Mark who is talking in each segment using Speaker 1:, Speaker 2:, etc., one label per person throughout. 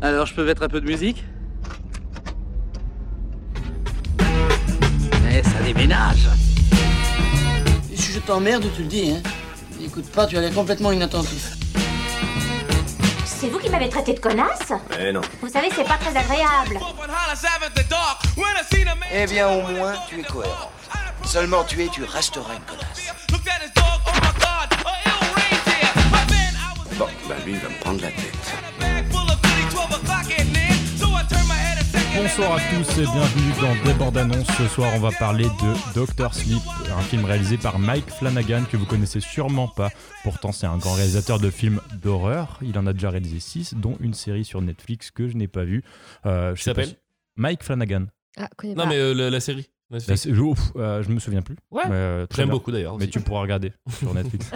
Speaker 1: Alors je peux mettre un peu de musique Eh, ça déménage
Speaker 2: Si je t'emmerde, tu le dis, hein. N'écoute pas, tu as l'air complètement inattentif.
Speaker 3: C'est vous qui m'avez traité de connasse
Speaker 4: Eh non.
Speaker 3: Vous savez, c'est pas très agréable.
Speaker 5: Eh bien, au moins, tu es cohérent. Seulement tu es, tu resteras une connasse. oh
Speaker 4: Bon, bah lui, il va me prendre la tête.
Speaker 6: Bonsoir à tous et bienvenue dans Des bandes annonces. Ce soir, on va parler de Doctor Sleep, un film réalisé par Mike Flanagan que vous connaissez sûrement pas. Pourtant, c'est un grand réalisateur de films d'horreur. Il en a déjà réalisé 6, dont une série sur Netflix que je n'ai pas vue. Euh, je
Speaker 7: Qui
Speaker 6: sais pas
Speaker 7: s'appelle
Speaker 6: si- Mike Flanagan.
Speaker 8: Ah, connais
Speaker 7: Non,
Speaker 8: pas.
Speaker 7: mais euh, la, la série.
Speaker 6: Bah, c'est- ouf, euh, je me souviens plus.
Speaker 7: Ouais.
Speaker 6: Mais, euh, très
Speaker 7: J'aime
Speaker 6: bien.
Speaker 7: beaucoup d'ailleurs.
Speaker 6: Mais
Speaker 7: aussi.
Speaker 6: tu pourras regarder sur Netflix.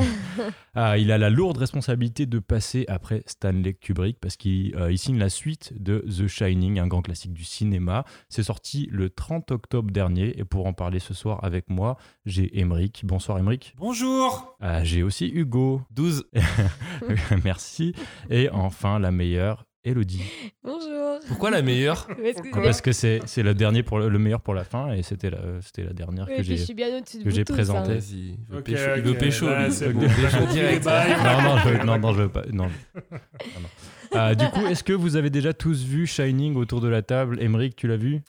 Speaker 6: Ah, il a la lourde responsabilité de passer après Stanley Kubrick parce qu'il euh, il signe la suite de The Shining, un grand classique du cinéma. C'est sorti le 30 octobre dernier et pour en parler ce soir avec moi, j'ai Emeric. Bonsoir Emeric.
Speaker 9: Bonjour
Speaker 6: Ah, j'ai aussi Hugo.
Speaker 7: 12.
Speaker 6: Merci. Et enfin la meilleure, Elodie. Ah,
Speaker 8: Bonjour.
Speaker 7: Pourquoi la meilleure
Speaker 8: Parce que,
Speaker 6: Parce que c'est c'est le dernier pour le, le meilleur pour la fin et c'était la, c'était la dernière
Speaker 8: Oui,
Speaker 6: que
Speaker 8: puis
Speaker 6: j'ai.
Speaker 8: je suis bien au-dessus de
Speaker 6: que
Speaker 8: vous
Speaker 6: j'ai
Speaker 8: tous,
Speaker 6: présenté.
Speaker 8: hein.
Speaker 7: Vas-y. Il veut
Speaker 9: Ok,
Speaker 7: pécho. Il
Speaker 9: ok,
Speaker 7: veut pécho,
Speaker 9: là,
Speaker 7: lui.
Speaker 9: c'est
Speaker 7: Il
Speaker 9: bon.
Speaker 7: veut pécho
Speaker 9: Raconte les
Speaker 7: direct.
Speaker 9: bails.
Speaker 6: Non, non, je, non, non, je veux pas. Non, je- non, non. Euh, du coup, est-ce que vous avez déjà tous vu Shining autour de la table Emeric, tu l'as vu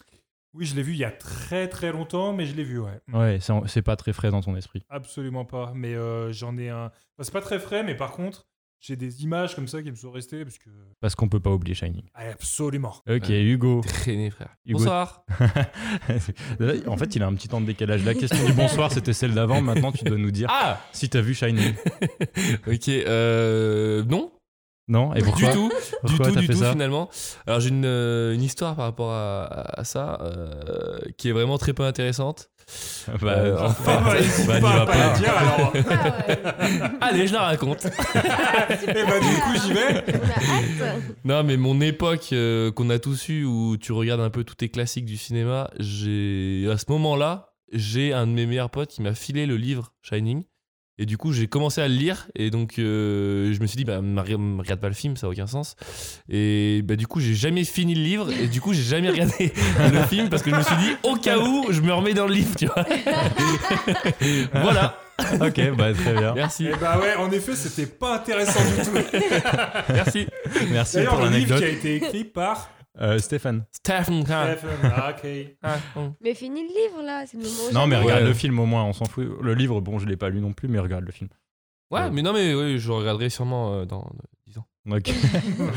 Speaker 9: Oui, je l'ai vu il y a très très longtemps, mais je l'ai vu, ouais. Mm.
Speaker 6: Ouais, c'est en- c'est pas très frais dans ton esprit.
Speaker 9: Absolument pas, mais euh, j'en ai un... Enfin, c'est pas très frais, mais par contre, j'ai des images comme ça qui me sont restées, parce que...
Speaker 6: Parce qu'on peut pas oublier Shining.
Speaker 9: Ah, absolument
Speaker 6: Ok,
Speaker 7: Ouais.
Speaker 6: Hugo.
Speaker 7: Traîner, frère.
Speaker 6: Hugo-
Speaker 7: Bonsoir.
Speaker 6: en fait, il a un petit temps de décalage. La question du bonsoir, c'était celle d'avant. Maintenant, tu dois nous dire
Speaker 7: Ah
Speaker 6: si t'as vu Shining.
Speaker 7: Ok, euh, non,
Speaker 6: Non Et
Speaker 7: du
Speaker 6: pourquoi
Speaker 7: tout, du
Speaker 6: Pourquoi
Speaker 7: tout,
Speaker 6: t'as
Speaker 7: du
Speaker 6: fait
Speaker 7: tout
Speaker 6: ça
Speaker 7: finalement. Alors j'ai une, euh, une histoire par rapport à, à- à ça euh, qui est vraiment très peu intéressante.
Speaker 6: Bah,
Speaker 7: Euh,
Speaker 6: genre, bah,
Speaker 7: enfin,
Speaker 9: bah,
Speaker 6: n'y
Speaker 9: n'hésite
Speaker 6: va
Speaker 9: pas à pas
Speaker 6: pas.
Speaker 9: le dire, alors
Speaker 8: Ah ouais.
Speaker 7: Allez, je la raconte.
Speaker 9: Eh ben, du coup, j'y vais
Speaker 8: On a hâte.
Speaker 7: non, mais mon époque euh, qu'on a tous eu où tu regardes un peu tous tes classiques du cinéma, j'ai à ce moment-là, j'ai un de mes meilleurs potes qui m'a filé le livre Shining. Et du coup, j'ai commencé à le lire et donc euh, je me suis dit, bah, me re- me regarde pas le film, ça a aucun sens. Et bah, du coup, j'ai jamais fini le livre et du coup, j'ai jamais regardé le film parce que je me suis dit, au cas où, je me remets dans le livre, tu vois. voilà,
Speaker 6: Ok, bah, très bien.
Speaker 7: merci,
Speaker 9: Eh bah ouais, en effet, c'était pas intéressant du tout
Speaker 7: merci.
Speaker 6: Merci pour
Speaker 9: D'ailleurs, le
Speaker 6: l'anecdote.
Speaker 9: livre
Speaker 6: Ah.
Speaker 9: qui a été écrit par... Ah,
Speaker 6: Euh, Stéphane.
Speaker 7: Stephen Kahn.
Speaker 9: Stephen Hawking.
Speaker 8: Mais finis le livre là, c'est le moment.
Speaker 6: Non, mais
Speaker 8: jamais.
Speaker 6: regarde
Speaker 7: Ouais.
Speaker 6: le film au moins, on s'en fout. Le livre, bon, je l'ai pas lu non plus, mais regarde le film.
Speaker 7: Ouais, mais non, mais oui, je le regarderai sûrement euh, dans euh, 10 ans.
Speaker 6: Ok. et
Speaker 8: Non,
Speaker 6: toi,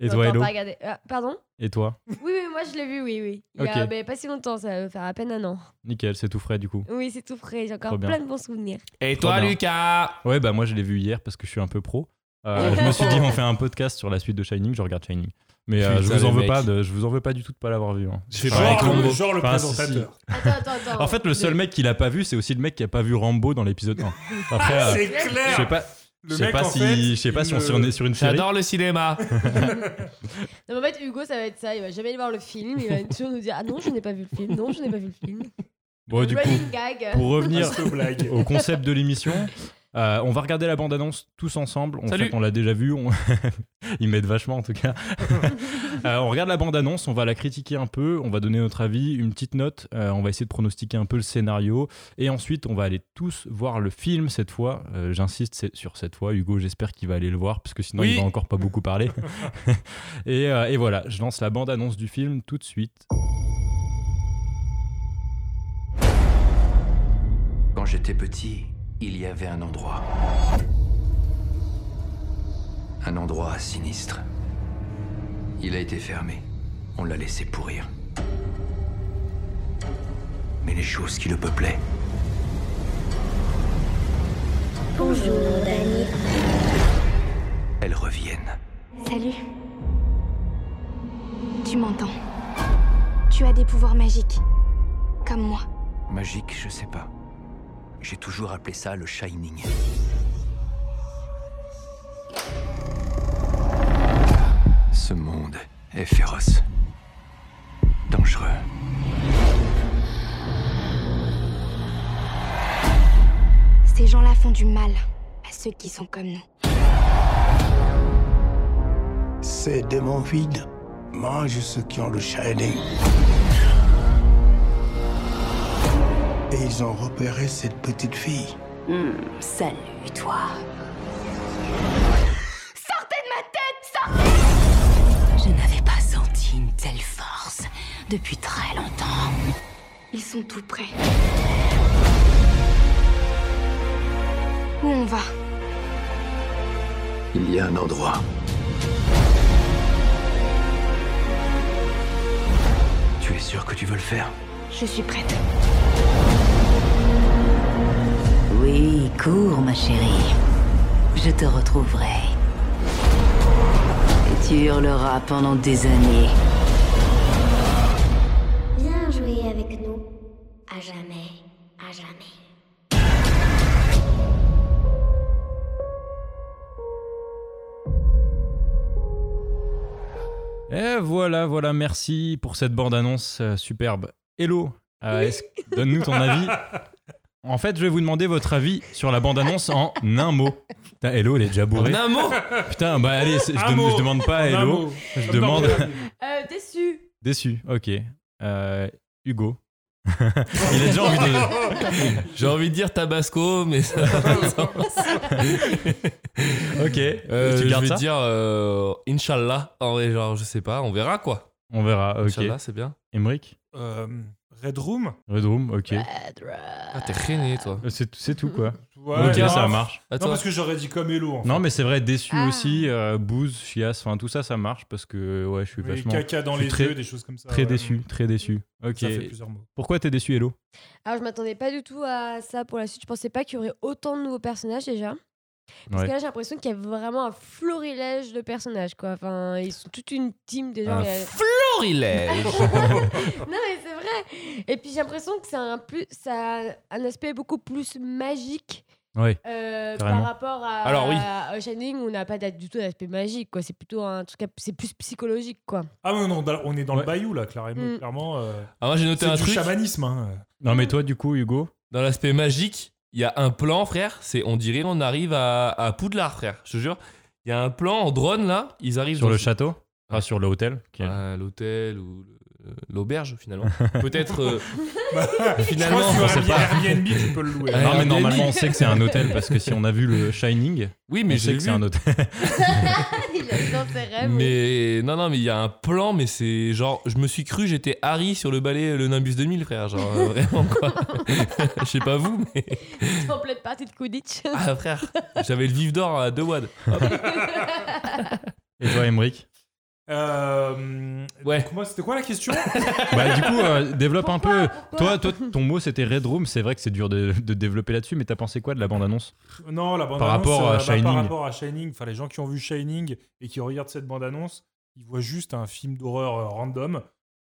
Speaker 8: attends,
Speaker 6: Hello
Speaker 8: pas regarder. Ah, pardon
Speaker 6: Et toi
Speaker 8: Oui, oui, moi je l'ai vu, oui, oui. Il y a
Speaker 6: Ok.
Speaker 8: ben, pas si longtemps, ça va faire à peine un an.
Speaker 6: Nickel, c'est tout frais du coup.
Speaker 8: Oui, c'est tout frais, j'ai
Speaker 6: Trop
Speaker 8: encore
Speaker 6: bien.
Speaker 8: plein de bons souvenirs.
Speaker 7: Et
Speaker 6: Trop
Speaker 7: toi,
Speaker 6: bien.
Speaker 7: Lucas
Speaker 6: Ouais, bah moi je l'ai vu hier parce que je suis un peu pro. Euh, je me suis dit, on fait un podcast sur la suite de Shining, je regarde Shining. Mais euh, je
Speaker 7: Putain,
Speaker 6: vous en
Speaker 7: les
Speaker 6: veux
Speaker 7: mecs.
Speaker 6: pas, de, je vous en veux pas du tout de pas l'avoir vu. hein.
Speaker 7: Je fais
Speaker 6: Enfin,
Speaker 7: pareil
Speaker 6: avec
Speaker 9: Genre,
Speaker 7: que
Speaker 9: le,
Speaker 6: Rambo.
Speaker 9: genre le
Speaker 6: Enfin, si,
Speaker 9: présentateur.
Speaker 8: Attends, attends, attends.
Speaker 6: En fait, le seul mec qui l'a pas vu, c'est aussi le mec qui a pas vu Rambo dans l'épisode 1. Après, euh,
Speaker 9: Ah, C'est
Speaker 6: je
Speaker 9: clair
Speaker 6: sais pas, je
Speaker 9: Le
Speaker 6: sais
Speaker 9: mec,
Speaker 6: pas
Speaker 9: en
Speaker 6: si,
Speaker 9: fait,
Speaker 6: je sais pas
Speaker 9: il
Speaker 6: si on
Speaker 9: me-
Speaker 6: si on est sur une série.
Speaker 7: J'adore le cinéma.
Speaker 8: Non, mais en fait, Hugo, ça va être ça. Il va jamais aller voir le film. Il va toujours nous dire Ah non, je n'ai pas vu le film. Non, je n'ai pas vu le film.
Speaker 6: Bon, du coup,
Speaker 8: Running gag.
Speaker 6: pour revenir
Speaker 9: Vaste blague.
Speaker 6: au concept de l'émission. Euh, on va regarder la bande-annonce tous ensemble. En
Speaker 7: Salut.
Speaker 6: fait, on l'a déjà vue. On... Ils m'aident vachement en tout cas. Euh, on regarde la bande-annonce, on va la critiquer un peu, on va donner notre avis, une petite note, euh, on va essayer de pronostiquer un peu le scénario. Et ensuite, on va aller tous voir le film cette fois. Euh, J'insiste c'est- sur cette fois. Hugo, j'espère qu'il va aller le voir parce que sinon,
Speaker 7: Oui.
Speaker 6: il va encore pas beaucoup parler. et, euh, et voilà, je lance la bande-annonce du film tout de suite.
Speaker 5: Quand j'étais petit, il y avait un endroit. Un endroit sinistre. Il a été fermé. On l'a laissé pourrir. Mais les choses qui le peuplaient, elles reviennent.
Speaker 10: Salut. Tu m'entends Tu as des pouvoirs magiques. Comme moi.
Speaker 5: Magique, je sais pas. J'ai toujours appelé ça le Shining. Ce monde est féroce. Dangereux.
Speaker 10: Ces gens-là font du mal à ceux qui sont comme nous.
Speaker 11: Ces démons vides mangent ceux qui ont le Shining. Et ils ont repéré cette petite fille.
Speaker 12: Hmm, salut, toi.
Speaker 3: Sortez de ma tête
Speaker 12: Je n'avais pas senti une telle force depuis très longtemps.
Speaker 10: Ils sont tout prêts. Où on va
Speaker 5: Il y a un endroit. Tu es sûr que tu veux le faire
Speaker 10: Je suis prête.
Speaker 12: Oui, cours, ma chérie. Je te retrouverai. Et tu hurleras pendant des années.
Speaker 10: Viens jouer avec nous. À jamais. À jamais.
Speaker 6: Et voilà, voilà, merci pour cette bande-annonce euh, superbe. Hello, euh, est-ce- donne-nous ton avis. En fait, je vais vous demander votre avis sur la bande-annonce en un mot. Putain, hello, elle est déjà bourrée.
Speaker 7: En un mot
Speaker 6: Putain, bah allez, c'est- je,
Speaker 7: Un
Speaker 6: dem-
Speaker 7: mot.
Speaker 6: je demande pas
Speaker 7: En un
Speaker 6: Ah, hello,
Speaker 7: mot.
Speaker 6: je
Speaker 7: Comme dans
Speaker 6: demande...
Speaker 8: Euh, déçu.
Speaker 6: Déçu, ok. Euh, Hugo. Il a déjà envie de...
Speaker 7: J'ai envie de dire Tabasco, mais ça.
Speaker 6: ok.
Speaker 7: Euh,
Speaker 6: tu
Speaker 7: je
Speaker 6: gardes
Speaker 7: vais
Speaker 6: ça
Speaker 7: dire euh, Inch'Allah. En vrai, genre, je sais pas, on verra quoi.
Speaker 6: On verra, ok.
Speaker 7: Inch'Allah, c'est bien.
Speaker 6: Emric
Speaker 9: Euh, Red Room
Speaker 6: Red Room, ok.
Speaker 7: Ah, t'es rené, toi.
Speaker 6: Euh, C'est c'est tout, quoi.
Speaker 9: Ouais,
Speaker 6: ok,
Speaker 9: grave.
Speaker 6: ça marche.
Speaker 9: Non, parce que j'aurais dit comme Hello. en fait.
Speaker 6: Non, mais c'est vrai, déçu aussi, euh, bouse, chiasse, enfin tout ça, ça marche parce que ouais, je suis
Speaker 9: Oui,
Speaker 6: vachement.
Speaker 9: caca dans
Speaker 6: je suis
Speaker 9: les
Speaker 6: très-
Speaker 9: yeux, des choses comme ça,
Speaker 6: Très
Speaker 9: ouais.
Speaker 6: déçu, très déçu. Ok.
Speaker 9: Ça fait plusieurs mots.
Speaker 6: Pourquoi t'es déçu, Hello
Speaker 8: Alors, je m'attendais pas du tout à ça pour la suite. Je pensais pas qu'il y aurait autant de nouveaux personnages déjà. Parce
Speaker 6: Ouais.
Speaker 8: que là, j'ai l'impression qu'il y a vraiment un florilège de personnages, quoi. Enfin, ils sont toute une team déjà.
Speaker 7: Un
Speaker 8: Il y a-
Speaker 7: florilège
Speaker 8: Non, mais c'est vrai. Et puis, j'ai l'impression que c'est un plus, ça a un aspect beaucoup plus magique.
Speaker 6: Ouais,
Speaker 8: euh, par
Speaker 6: carrément.
Speaker 8: rapport à,
Speaker 6: Alors, oui.
Speaker 8: à Shining, où on n'a pas d'a- du tout d'aspect magique, quoi. C'est plutôt un truc, à- c'est plus psychologique, quoi.
Speaker 9: Ah non, non, on est dans le bayou là, clairement.
Speaker 8: Mm.
Speaker 9: clairement euh,
Speaker 7: Ah, moi, j'ai noté
Speaker 9: c'est
Speaker 7: un
Speaker 9: du
Speaker 7: truc.
Speaker 9: chamanisme. hein.
Speaker 6: Non, mais toi, du coup, Hugo
Speaker 7: Dans l'aspect magique, il y a un plan, frère. C'est, on dirait, on arrive à, à Poudlard, frère. Je te jure. Il y a un plan en drone là. Ils arrivent
Speaker 6: Sur
Speaker 7: dans-
Speaker 6: le château Enfin, sur le hôtel qui est-
Speaker 7: à l'hôtel ou le- euh, l'auberge finalement. Peut-être. euh,
Speaker 9: je crois
Speaker 7: finalement,
Speaker 9: que sur
Speaker 7: on sait pas.
Speaker 9: Airbnb, tu peux le louer.
Speaker 7: Ouais.
Speaker 6: Non, mais
Speaker 7: Airbnb.
Speaker 6: normalement, on sait que c'est un hôtel parce que si on a vu le Shining,
Speaker 7: Oui, mais
Speaker 6: on sait
Speaker 7: j'ai
Speaker 6: que c'est
Speaker 7: vu.
Speaker 6: un hôtel.
Speaker 8: Il est dans ses rêves.
Speaker 7: Mais non, non, mais il y a un plan, mais c'est genre, je me suis cru, j'étais Harry sur le balai Le Nimbus 2000, frère. Genre, euh, vraiment quoi. Je sais pas vous, mais.
Speaker 8: en pleine partie de Quidditch.
Speaker 7: Ah, frère, j'avais le vif d'or à deux wads. Hop.
Speaker 6: Et toi, Emric
Speaker 9: Euh,
Speaker 7: Ouais.
Speaker 9: donc moi, c'était quoi la question
Speaker 6: Bah, du coup, euh, développe un peu.
Speaker 8: Pourquoi
Speaker 6: toi, toi, ton mot c'était Red Room, c'est vrai que c'est dur de, de développer là-dessus, mais t'as pensé quoi de la bande-annonce
Speaker 9: Non, la bande
Speaker 6: Par
Speaker 9: annonce,
Speaker 6: rapport à
Speaker 9: euh, bah,
Speaker 6: Shining.
Speaker 9: par rapport à Shining, enfin les gens qui ont vu Shining et qui regardent cette bande annonce, ils voient juste un film d'horreur euh, random,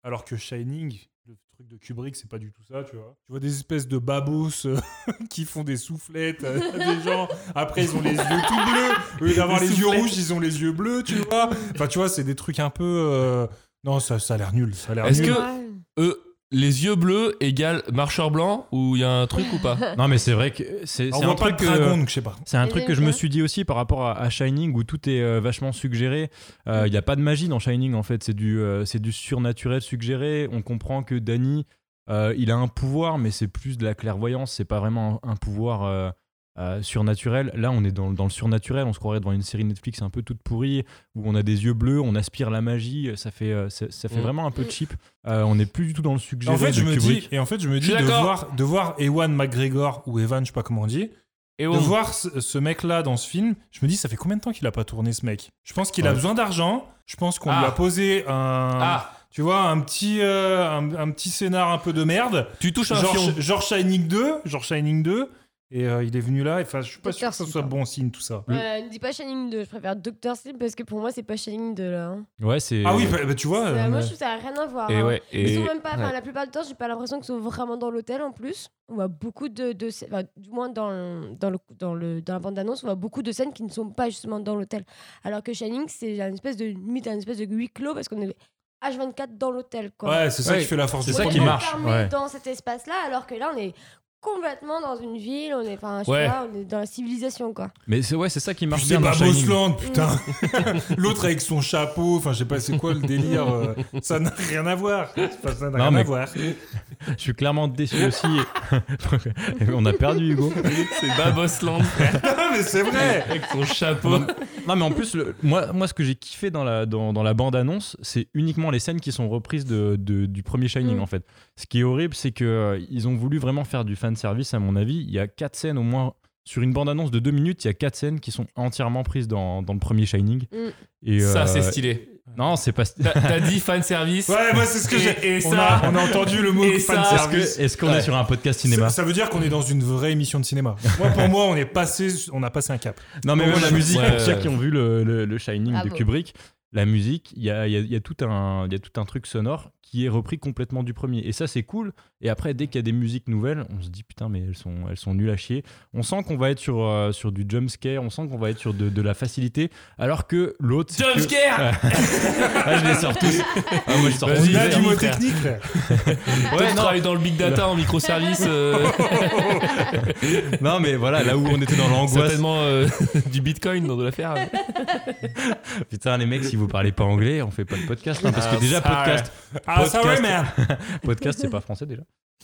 Speaker 9: alors que Shining, le truc de Kubrick, c'est pas du tout ça, tu vois. Tu vois des espèces de babos euh, qui font des soufflettes, euh, des gens. Après, ils ont les yeux tout bleus, au lieu d'avoir
Speaker 7: Des
Speaker 9: les yeux
Speaker 7: soufflettes.
Speaker 9: rouges, ils ont les yeux bleus, tu vois. Enfin, tu vois, c'est des trucs un peu. euh, Non, ça, ça a l'air nul, ça a l'air
Speaker 7: Est-ce
Speaker 9: nul.
Speaker 7: que- Euh, les yeux bleus égale marcheur blanc ou il y a un truc ou pas
Speaker 6: Non, mais c'est vrai que c'est
Speaker 9: Alors,
Speaker 6: c'est
Speaker 9: on
Speaker 6: un
Speaker 9: voit pas
Speaker 6: truc euh,
Speaker 9: le
Speaker 6: que.
Speaker 9: dragon, donc je sais pas.
Speaker 6: C'est un
Speaker 8: Et
Speaker 6: truc
Speaker 8: les
Speaker 6: que je me
Speaker 8: gars
Speaker 6: suis dit aussi par rapport à, à Shining où tout est euh, vachement suggéré. Euh, Il y n'y a pas de magie dans Shining en fait, c'est du, euh, c'est du surnaturel suggéré. On comprend que Danny, euh, il a un pouvoir, mais c'est plus de la clairvoyance, c'est pas vraiment un, un pouvoir euh, euh, surnaturel. Là, on est dans, dans le surnaturel, on se croirait devant une série Netflix un peu toute pourrie où on a des yeux bleus, on aspire la magie, ça fait, euh, ça, ça fait
Speaker 7: Mm.
Speaker 6: vraiment un peu cheap. Euh, on n'est plus du tout dans le suggéré.
Speaker 9: En fait,
Speaker 6: de
Speaker 9: je me
Speaker 6: Kubrick.
Speaker 9: dis, et en fait, je me
Speaker 7: Je
Speaker 9: dis
Speaker 7: suis
Speaker 9: de
Speaker 7: d'accord.
Speaker 9: voir, de voir Ewan McGregor ou Evan, je sais pas comment on dit,
Speaker 7: Et
Speaker 9: de
Speaker 7: on-
Speaker 9: voir ce, ce mec-là dans ce film, je me dis, ça fait combien de temps qu'il a pas tourné ce mec Je pense qu'il a
Speaker 6: Ouais.
Speaker 9: besoin d'argent. Je pense qu'on lui
Speaker 7: Ah.
Speaker 9: a posé un,
Speaker 7: Ah,
Speaker 9: tu vois, un petit, euh, un, un petit scénar un peu de merde,
Speaker 7: tu touches un
Speaker 9: genre,
Speaker 7: fion.
Speaker 9: genre Shining 2, genre Shining 2, et euh, il est venu là. et Enfin, je suis pas sûr
Speaker 8: Docteur
Speaker 9: que ce
Speaker 8: Sleep,
Speaker 9: soit
Speaker 8: hein.
Speaker 9: bon signe tout ça.
Speaker 8: Euh, ne dis pas Shining 2, je préfère Doctor Sleep parce que pour moi c'est pas Shining 2 là. hein.
Speaker 6: Ouais, c'est.
Speaker 9: Ah oui, bah, bah, tu vois.
Speaker 8: C'est-
Speaker 9: euh,
Speaker 8: moi je trouve que ça a rien à voir.
Speaker 7: Et
Speaker 8: hein.
Speaker 7: ouais.
Speaker 8: Ils
Speaker 7: Et...
Speaker 8: sont même pas, enfin,
Speaker 7: ouais.
Speaker 8: la plupart du temps j'ai pas l'impression qu'ils sont vraiment dans l'hôtel en plus. On voit beaucoup de, de scè- enfin, du moins dans, le- dans, le, dans, le, dans la bande annonce, on voit beaucoup de scènes qui ne sont pas justement dans l'hôtel. Alors que Shining c'est une espèce de limite, un espèce de huis clos parce qu'on est H24 dans l'hôtel quoi.
Speaker 9: Ouais, c'est ça
Speaker 6: Ouais.
Speaker 9: qui fait la force
Speaker 6: C'est
Speaker 9: du
Speaker 6: ça
Speaker 8: On
Speaker 9: film.
Speaker 6: qui
Speaker 8: est
Speaker 6: marche,
Speaker 8: enfermé
Speaker 6: ouais.
Speaker 8: dans cet espace là alors que là on est complètement dans une ville, on est, enfin, je sais
Speaker 6: Ouais.
Speaker 8: pas, on est dans la civilisation, quoi.
Speaker 6: Mais c'est ouais, c'est ça qui marche
Speaker 9: Puis
Speaker 6: bien
Speaker 9: C'est
Speaker 6: dans
Speaker 9: pas
Speaker 6: Shining.
Speaker 9: Bosland, putain.
Speaker 8: Mm.
Speaker 9: L'autre avec son chapeau, enfin, je sais pas c'est quoi le délire. euh, ça n'a rien à voir. Enfin, ça n'a
Speaker 6: Non,
Speaker 9: rien
Speaker 6: mais-
Speaker 9: à voir.
Speaker 6: euh, Je suis clairement déçu aussi. on a perdu Hugo.
Speaker 7: C'est Babosland, frère.
Speaker 9: Non, mais c'est vrai.
Speaker 7: Avec son chapeau.
Speaker 6: Non mais en plus, le- moi, moi ce que j'ai kiffé dans la, dans, dans la bande-annonce, c'est uniquement les scènes qui sont reprises de, de- du premier Shining
Speaker 8: Mm.
Speaker 6: en fait. Ce qui est horrible, c'est que euh, ils ont voulu vraiment faire du fan service à mon avis. Il y a quatre scènes au moins sur une bande-annonce de deux minutes, il y a quatre scènes qui sont entièrement prises dans, dans le premier Shining.
Speaker 8: Mm.
Speaker 6: Et,
Speaker 7: Ça,
Speaker 6: euh,
Speaker 7: c'est stylé.
Speaker 6: Non, c'est pas.
Speaker 7: T'as- T'as dit fan service.
Speaker 9: Ouais, moi, c'est ce que j'ai-
Speaker 7: Et
Speaker 9: on
Speaker 7: ça,
Speaker 9: a- on a entendu le mot
Speaker 7: et
Speaker 9: fan
Speaker 7: ça-
Speaker 9: service.
Speaker 6: Est-ce que- est-ce qu'on est
Speaker 9: Ouais.
Speaker 6: sur un podcast cinéma
Speaker 9: Ça, ça veut dire qu'on est dans une vraie émission de cinéma. Moi, pour moi, on est passé, on a passé un cap.
Speaker 6: Non, mais
Speaker 9: Pour
Speaker 6: même
Speaker 9: moi,
Speaker 6: la
Speaker 9: je-
Speaker 6: musique, euh,
Speaker 7: Ouais.
Speaker 6: pour ceux qui ont vu le, le- le Shining
Speaker 8: Bravo.
Speaker 6: de Kubrick, la musique, il y a, il y a- il y a tout un- il y a tout un truc sonore qui est repris complètement du premier. Et ça, c'est cool. Et après, dès qu'il y a des musiques nouvelles, on se dit putain, mais elles sont, elles sont nulles à chier. On sent qu'on va être sur, euh, sur du jumpscare, on sent qu'on va être sur de, de la facilité, alors que l'autre. c'est que-
Speaker 7: Jumpscare
Speaker 6: Ah, je les sors tous. Ah, moi, je sors
Speaker 7: Vas-y,
Speaker 6: tous.
Speaker 9: On a
Speaker 7: vas-y,
Speaker 9: du mot
Speaker 7: frère.
Speaker 9: technique, frère.
Speaker 7: Ouais, non. travaille dans le big data en microservices. euh,
Speaker 6: Non, mais voilà, là où on était dans l'angoisse.
Speaker 7: certainement euh, du bitcoin dans de l'affaire.
Speaker 6: Putain, les mecs, si vous parlez pas anglais, on fait pas de podcast. hein, parce que déjà,
Speaker 9: Ah,
Speaker 6: podcast,
Speaker 9: Ah, ça, ouais,
Speaker 6: Podcast.
Speaker 9: man.
Speaker 6: podcast c'est pas français déjà.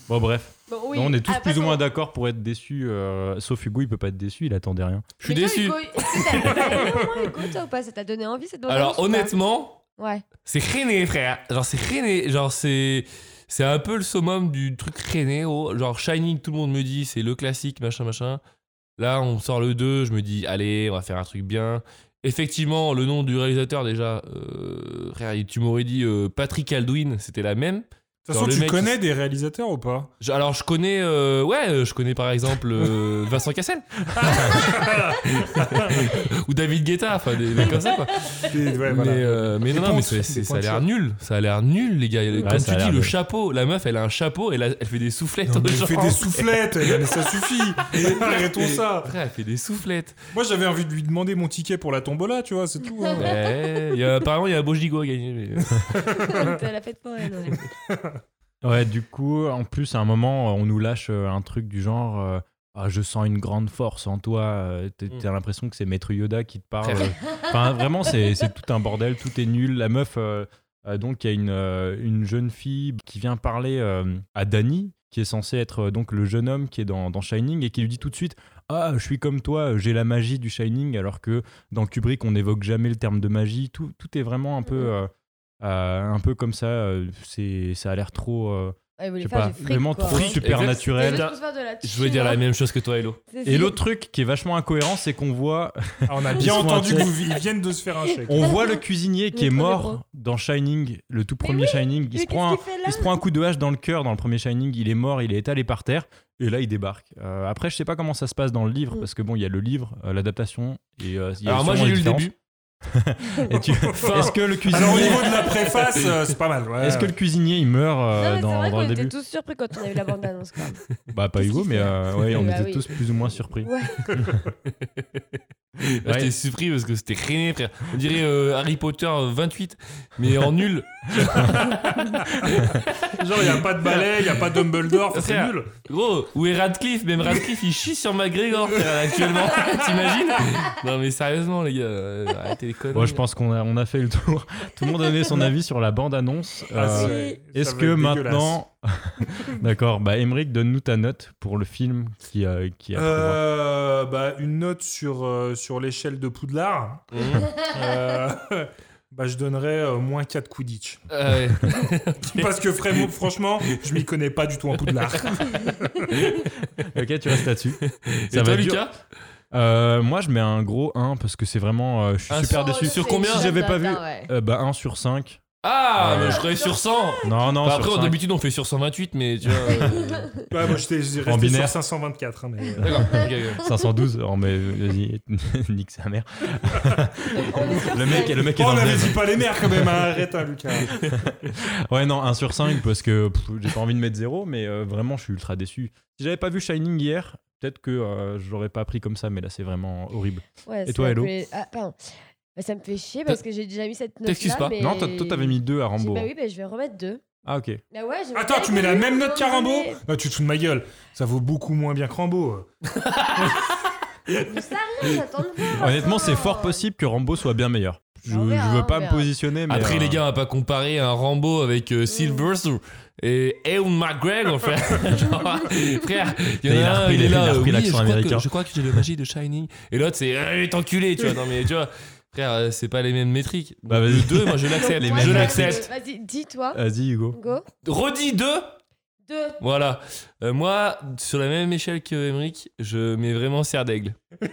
Speaker 6: Bon, bref.
Speaker 8: Bon, oui.
Speaker 6: Non, on est tous
Speaker 8: Ah,
Speaker 6: plus
Speaker 8: parce
Speaker 6: ou moins
Speaker 8: qu'on-
Speaker 6: d'accord pour être déçus. euh, sauf Hugo, il peut pas être déçu, il attendait rien.
Speaker 7: Je suis
Speaker 8: Mais toi,
Speaker 7: déçu.
Speaker 8: Hugo, est-ce que t'as- t'as aimé au moins Hugo, toi, ou pas Ça t'a donné envie cette bande
Speaker 7: Alors, honnêtement,
Speaker 8: Ouais.
Speaker 7: C'est rené, frère. Genre, c'est rené. Genre, c'est. C'est un peu le summum du truc rené. oh. Genre, Shining, tout le monde me dit, c'est le classique, machin, machin. Là, on sort le 2, je me dis, allez, on va faire un truc bien. Effectivement, le nom du réalisateur, déjà, euh, frère, tu m'aurais dit euh, Patrick Aldwin, c'était la même.
Speaker 9: De toute
Speaker 7: Genre,
Speaker 9: façon,
Speaker 7: le mec,
Speaker 9: tu connais des réalisateurs ou pas
Speaker 7: Je- alors, je connais, euh, ouais, euh, je connais par exemple euh, Vincent Cassel. Ou David Guetta, enfin, des mecs comme ça, quoi.
Speaker 9: Des- ouais, voilà.
Speaker 7: Mais, euh, mais
Speaker 9: Des
Speaker 7: non, non, mais
Speaker 9: pontes,
Speaker 7: c'est- c'est-
Speaker 9: des
Speaker 7: ça a l'air
Speaker 9: pointures.
Speaker 7: nul. Ça a l'air nul, les gars. Comme
Speaker 6: ça a
Speaker 7: tu dis,
Speaker 6: l'air
Speaker 7: le
Speaker 6: nul.
Speaker 7: chapeau. La meuf, elle a un chapeau et là, elle fait des soufflettes.
Speaker 9: Non,
Speaker 7: aux
Speaker 9: mais il
Speaker 7: gens.
Speaker 9: fait des soufflettes, eh, mais ça suffit. Arrêtons ça.
Speaker 7: Après, elle fait des soufflettes.
Speaker 9: Moi, j'avais envie de lui demander mon ticket pour la tombola, tu vois, c'est tout. hein.
Speaker 7: Ouais, il y a- apparemment, il y a un beau gigot à gagner. mais, euh,
Speaker 8: T'as la fête foraine, ouais.
Speaker 6: Ouais, du coup, en plus, à un moment, on nous lâche euh, un truc du genre euh, Ah, Je sens une grande force en toi. euh, T'as
Speaker 7: Mm.
Speaker 6: t'as l'impression que c'est Maître Yoda qui te parle.
Speaker 7: Frère.
Speaker 6: euh. Enfin, vraiment, c'est c'est tout un bordel, tout est nul. La meuf, euh, euh, donc, il y a une, euh, une jeune fille qui vient parler euh, à Danny, qui est censé être euh, donc le jeune homme qui est dans, dans Shining et qui lui dit tout de suite Ah, je suis comme toi, j'ai la magie du Shining, alors que dans Kubrick, on n'évoque jamais le terme de magie. Tout, tout est vraiment un peu. euh, euh, un peu comme ça, euh, c'est ça a l'air trop, euh,
Speaker 8: Ouais, Ah, il voulait
Speaker 6: je sais
Speaker 8: faire
Speaker 6: pas,
Speaker 8: du fric,
Speaker 6: vraiment
Speaker 8: quoi.
Speaker 6: trop
Speaker 7: Fric,
Speaker 8: C'est
Speaker 6: supernaturel.
Speaker 8: juste pour se faire de la hein.
Speaker 7: Je veux dire la même chose que toi, Hello.
Speaker 8: C'est-
Speaker 6: Et l'autre truc qui est vachement incohérent, c'est qu'on voit,
Speaker 9: Ah, on a bien
Speaker 6: Ils se font
Speaker 9: entendu
Speaker 6: un check.
Speaker 9: qu'ils viennent de se faire un chèque.
Speaker 6: on voit le cuisinier qui
Speaker 8: Le
Speaker 6: est
Speaker 8: premier
Speaker 6: mort dans Shining, le tout premier Shining. Il
Speaker 8: Mais
Speaker 6: se prend, un,
Speaker 8: qu'est-ce qu'il fait là
Speaker 6: il se prend un coup de hache dans le cœur dans le premier Shining. Il est mort, il est étalé par terre. Et là, il débarque. Euh, après, je sais pas comment ça se passe dans le livre
Speaker 8: Mm.
Speaker 6: parce que bon, il y a le livre, euh, l'adaptation. Et euh, il y a
Speaker 7: Alors, moi, j'ai
Speaker 6: sûrement
Speaker 7: lu le
Speaker 6: une
Speaker 7: début.
Speaker 6: différence. Et tu- Est-ce que le
Speaker 9: Alors, au
Speaker 6: cuisinier,
Speaker 9: niveau de la préface, euh, c'est pas mal. ouais.
Speaker 6: est-ce que le cuisinier il meurt euh,
Speaker 8: Non, mais c'est
Speaker 6: dans,
Speaker 8: vrai
Speaker 6: dans le
Speaker 8: qu'on était
Speaker 6: début
Speaker 8: tous surpris quand on a eu la bande annonce, quand même.
Speaker 6: Bah pas
Speaker 8: Qu'est-ce
Speaker 6: Hugo,
Speaker 8: qu'il
Speaker 6: mais
Speaker 8: fait
Speaker 6: euh, ouais, on
Speaker 8: Bah
Speaker 6: était
Speaker 8: oui.
Speaker 6: tous plus ou moins surpris.
Speaker 8: Ouais.
Speaker 7: Là, J'étais surpris parce que c'était rené, frère. On dirait euh, Harry Potter 28, mais en nul.
Speaker 9: Genre, il n'y a pas de balai, il n'y a pas Dumbledore, c'est
Speaker 7: Frère.
Speaker 9: nul.
Speaker 7: Gros, Oh, où est Radcliffe Même Radcliffe, il chie sur McGregor frère, actuellement, t'imagines Non mais sérieusement les gars, euh, arrêtez les conneries.
Speaker 6: Bon, je pense qu'on a, on a fait le tour. Tout le monde a donné son avis sur la bande-annonce.
Speaker 9: Ah,
Speaker 6: Euh,
Speaker 9: c'est-
Speaker 6: Est-ce
Speaker 9: ça va
Speaker 6: que
Speaker 9: être
Speaker 6: maintenant... D'accord, bah Emmerich, donne-nous ta note pour le film qui, euh, qui a...
Speaker 9: Euh, bah, une note sur, euh, sur l'échelle de Poudlard, euh, bah, je donnerais euh, moins 4 Quidditch.
Speaker 7: Euh, ouais.
Speaker 9: Parce que vraiment, franchement, je m'y connais pas du tout en Poudlard.
Speaker 6: Ok, tu restes là-dessus.
Speaker 7: Et toi
Speaker 6: être dur.
Speaker 7: Lucas
Speaker 6: Euh, moi, je mets un gros 1 parce que c'est vraiment... euh, je suis
Speaker 7: Un
Speaker 6: super
Speaker 7: sur-
Speaker 8: Oh,
Speaker 6: déçu.
Speaker 7: Ah, sur combien
Speaker 6: Si j'avais pas vu...
Speaker 8: Ouais.
Speaker 6: Euh, bah 1 sur 5.
Speaker 7: Ah,
Speaker 6: Ouais.
Speaker 7: bah, je croyais sur 100
Speaker 6: Non, non,
Speaker 7: Bah,
Speaker 6: sur
Speaker 7: Après,
Speaker 6: 5.
Speaker 7: d'habitude, on fait sur 128, mais tu vois... euh,
Speaker 9: Ouais, moi, j'étais j'étais
Speaker 6: En
Speaker 9: resté sur
Speaker 6: binaire.
Speaker 9: 524. hein, mais, euh,
Speaker 7: D'accord, ok, ok.
Speaker 6: 512, oh mais vas-y, nique sa mère. le mec, le mec est
Speaker 9: oh,
Speaker 6: dans
Speaker 9: on
Speaker 6: le
Speaker 9: avait
Speaker 6: désert.
Speaker 9: dit pas les mères quand même, hein, arrête, hein, Lucas.
Speaker 6: Ouais, non, 1 sur 5 parce que pff, j'ai pas envie de mettre 0, mais euh, vraiment, je suis ultra déçu. Si j'avais pas vu Shining hier, peut-être que euh, je l'aurais pas pris comme ça, mais là, c'est vraiment horrible.
Speaker 8: Ouais,
Speaker 6: Et
Speaker 8: ça
Speaker 6: toi,
Speaker 8: me
Speaker 6: Hello
Speaker 8: fait- Ah, pardon. Bah, ça me fait chier parce que j'ai déjà mis cette note.
Speaker 7: t'excuses pas.
Speaker 6: Non, t'as- toi, t'avais mis 2 à Rambo.
Speaker 8: Bah oui, bah, je vais remettre deux.
Speaker 6: Ah, ok.
Speaker 8: Bah ouais, j'aime
Speaker 9: Attends,
Speaker 8: bien
Speaker 9: tu
Speaker 8: les
Speaker 9: mets la
Speaker 8: connus,
Speaker 9: même note
Speaker 8: mais-
Speaker 9: qu'à Rambo Bah, Tu te fous de ma gueule. Ça vaut beaucoup moins bien que Rambo.
Speaker 8: Mais ça arrive, j'attends de voir.
Speaker 6: Honnêtement, c'est fort possible que Rambo soit bien meilleur. Je,
Speaker 8: On verra,
Speaker 6: je veux
Speaker 8: on
Speaker 6: pas me
Speaker 8: verra.
Speaker 6: positionner, mais.
Speaker 7: Après,
Speaker 6: euh,
Speaker 7: les gars, on va pas comparer un Rambo avec euh, Sylvester et Ewan McGregor, frère. Genre, frère, il y en
Speaker 6: Il
Speaker 7: a
Speaker 6: a
Speaker 7: un,
Speaker 6: repris-
Speaker 7: il
Speaker 6: il
Speaker 7: est
Speaker 6: a
Speaker 7: là,
Speaker 6: repris
Speaker 7: oui,
Speaker 6: l'accent
Speaker 7: je crois que-
Speaker 6: américain.
Speaker 7: Je crois que j'ai le magie de Shining. Et l'autre, c'est, euh, t'es enculé, tu vois. Non, mais tu vois, frère, euh, c'est pas les mêmes métriques.
Speaker 6: Bah, vas-y.
Speaker 7: le 2, moi, je l'accepte.
Speaker 6: Les
Speaker 8: Ouais,
Speaker 7: Je
Speaker 6: mêmes Euh.
Speaker 7: l'accepte.
Speaker 8: Vas-y, dis-toi.
Speaker 6: Vas-y, Hugo.
Speaker 8: Go.
Speaker 7: Redis 2
Speaker 8: Deux.
Speaker 7: Voilà. Euh, moi, sur la même échelle que Emmerich, je mets vraiment Serre d'Aigle.
Speaker 6: Putain,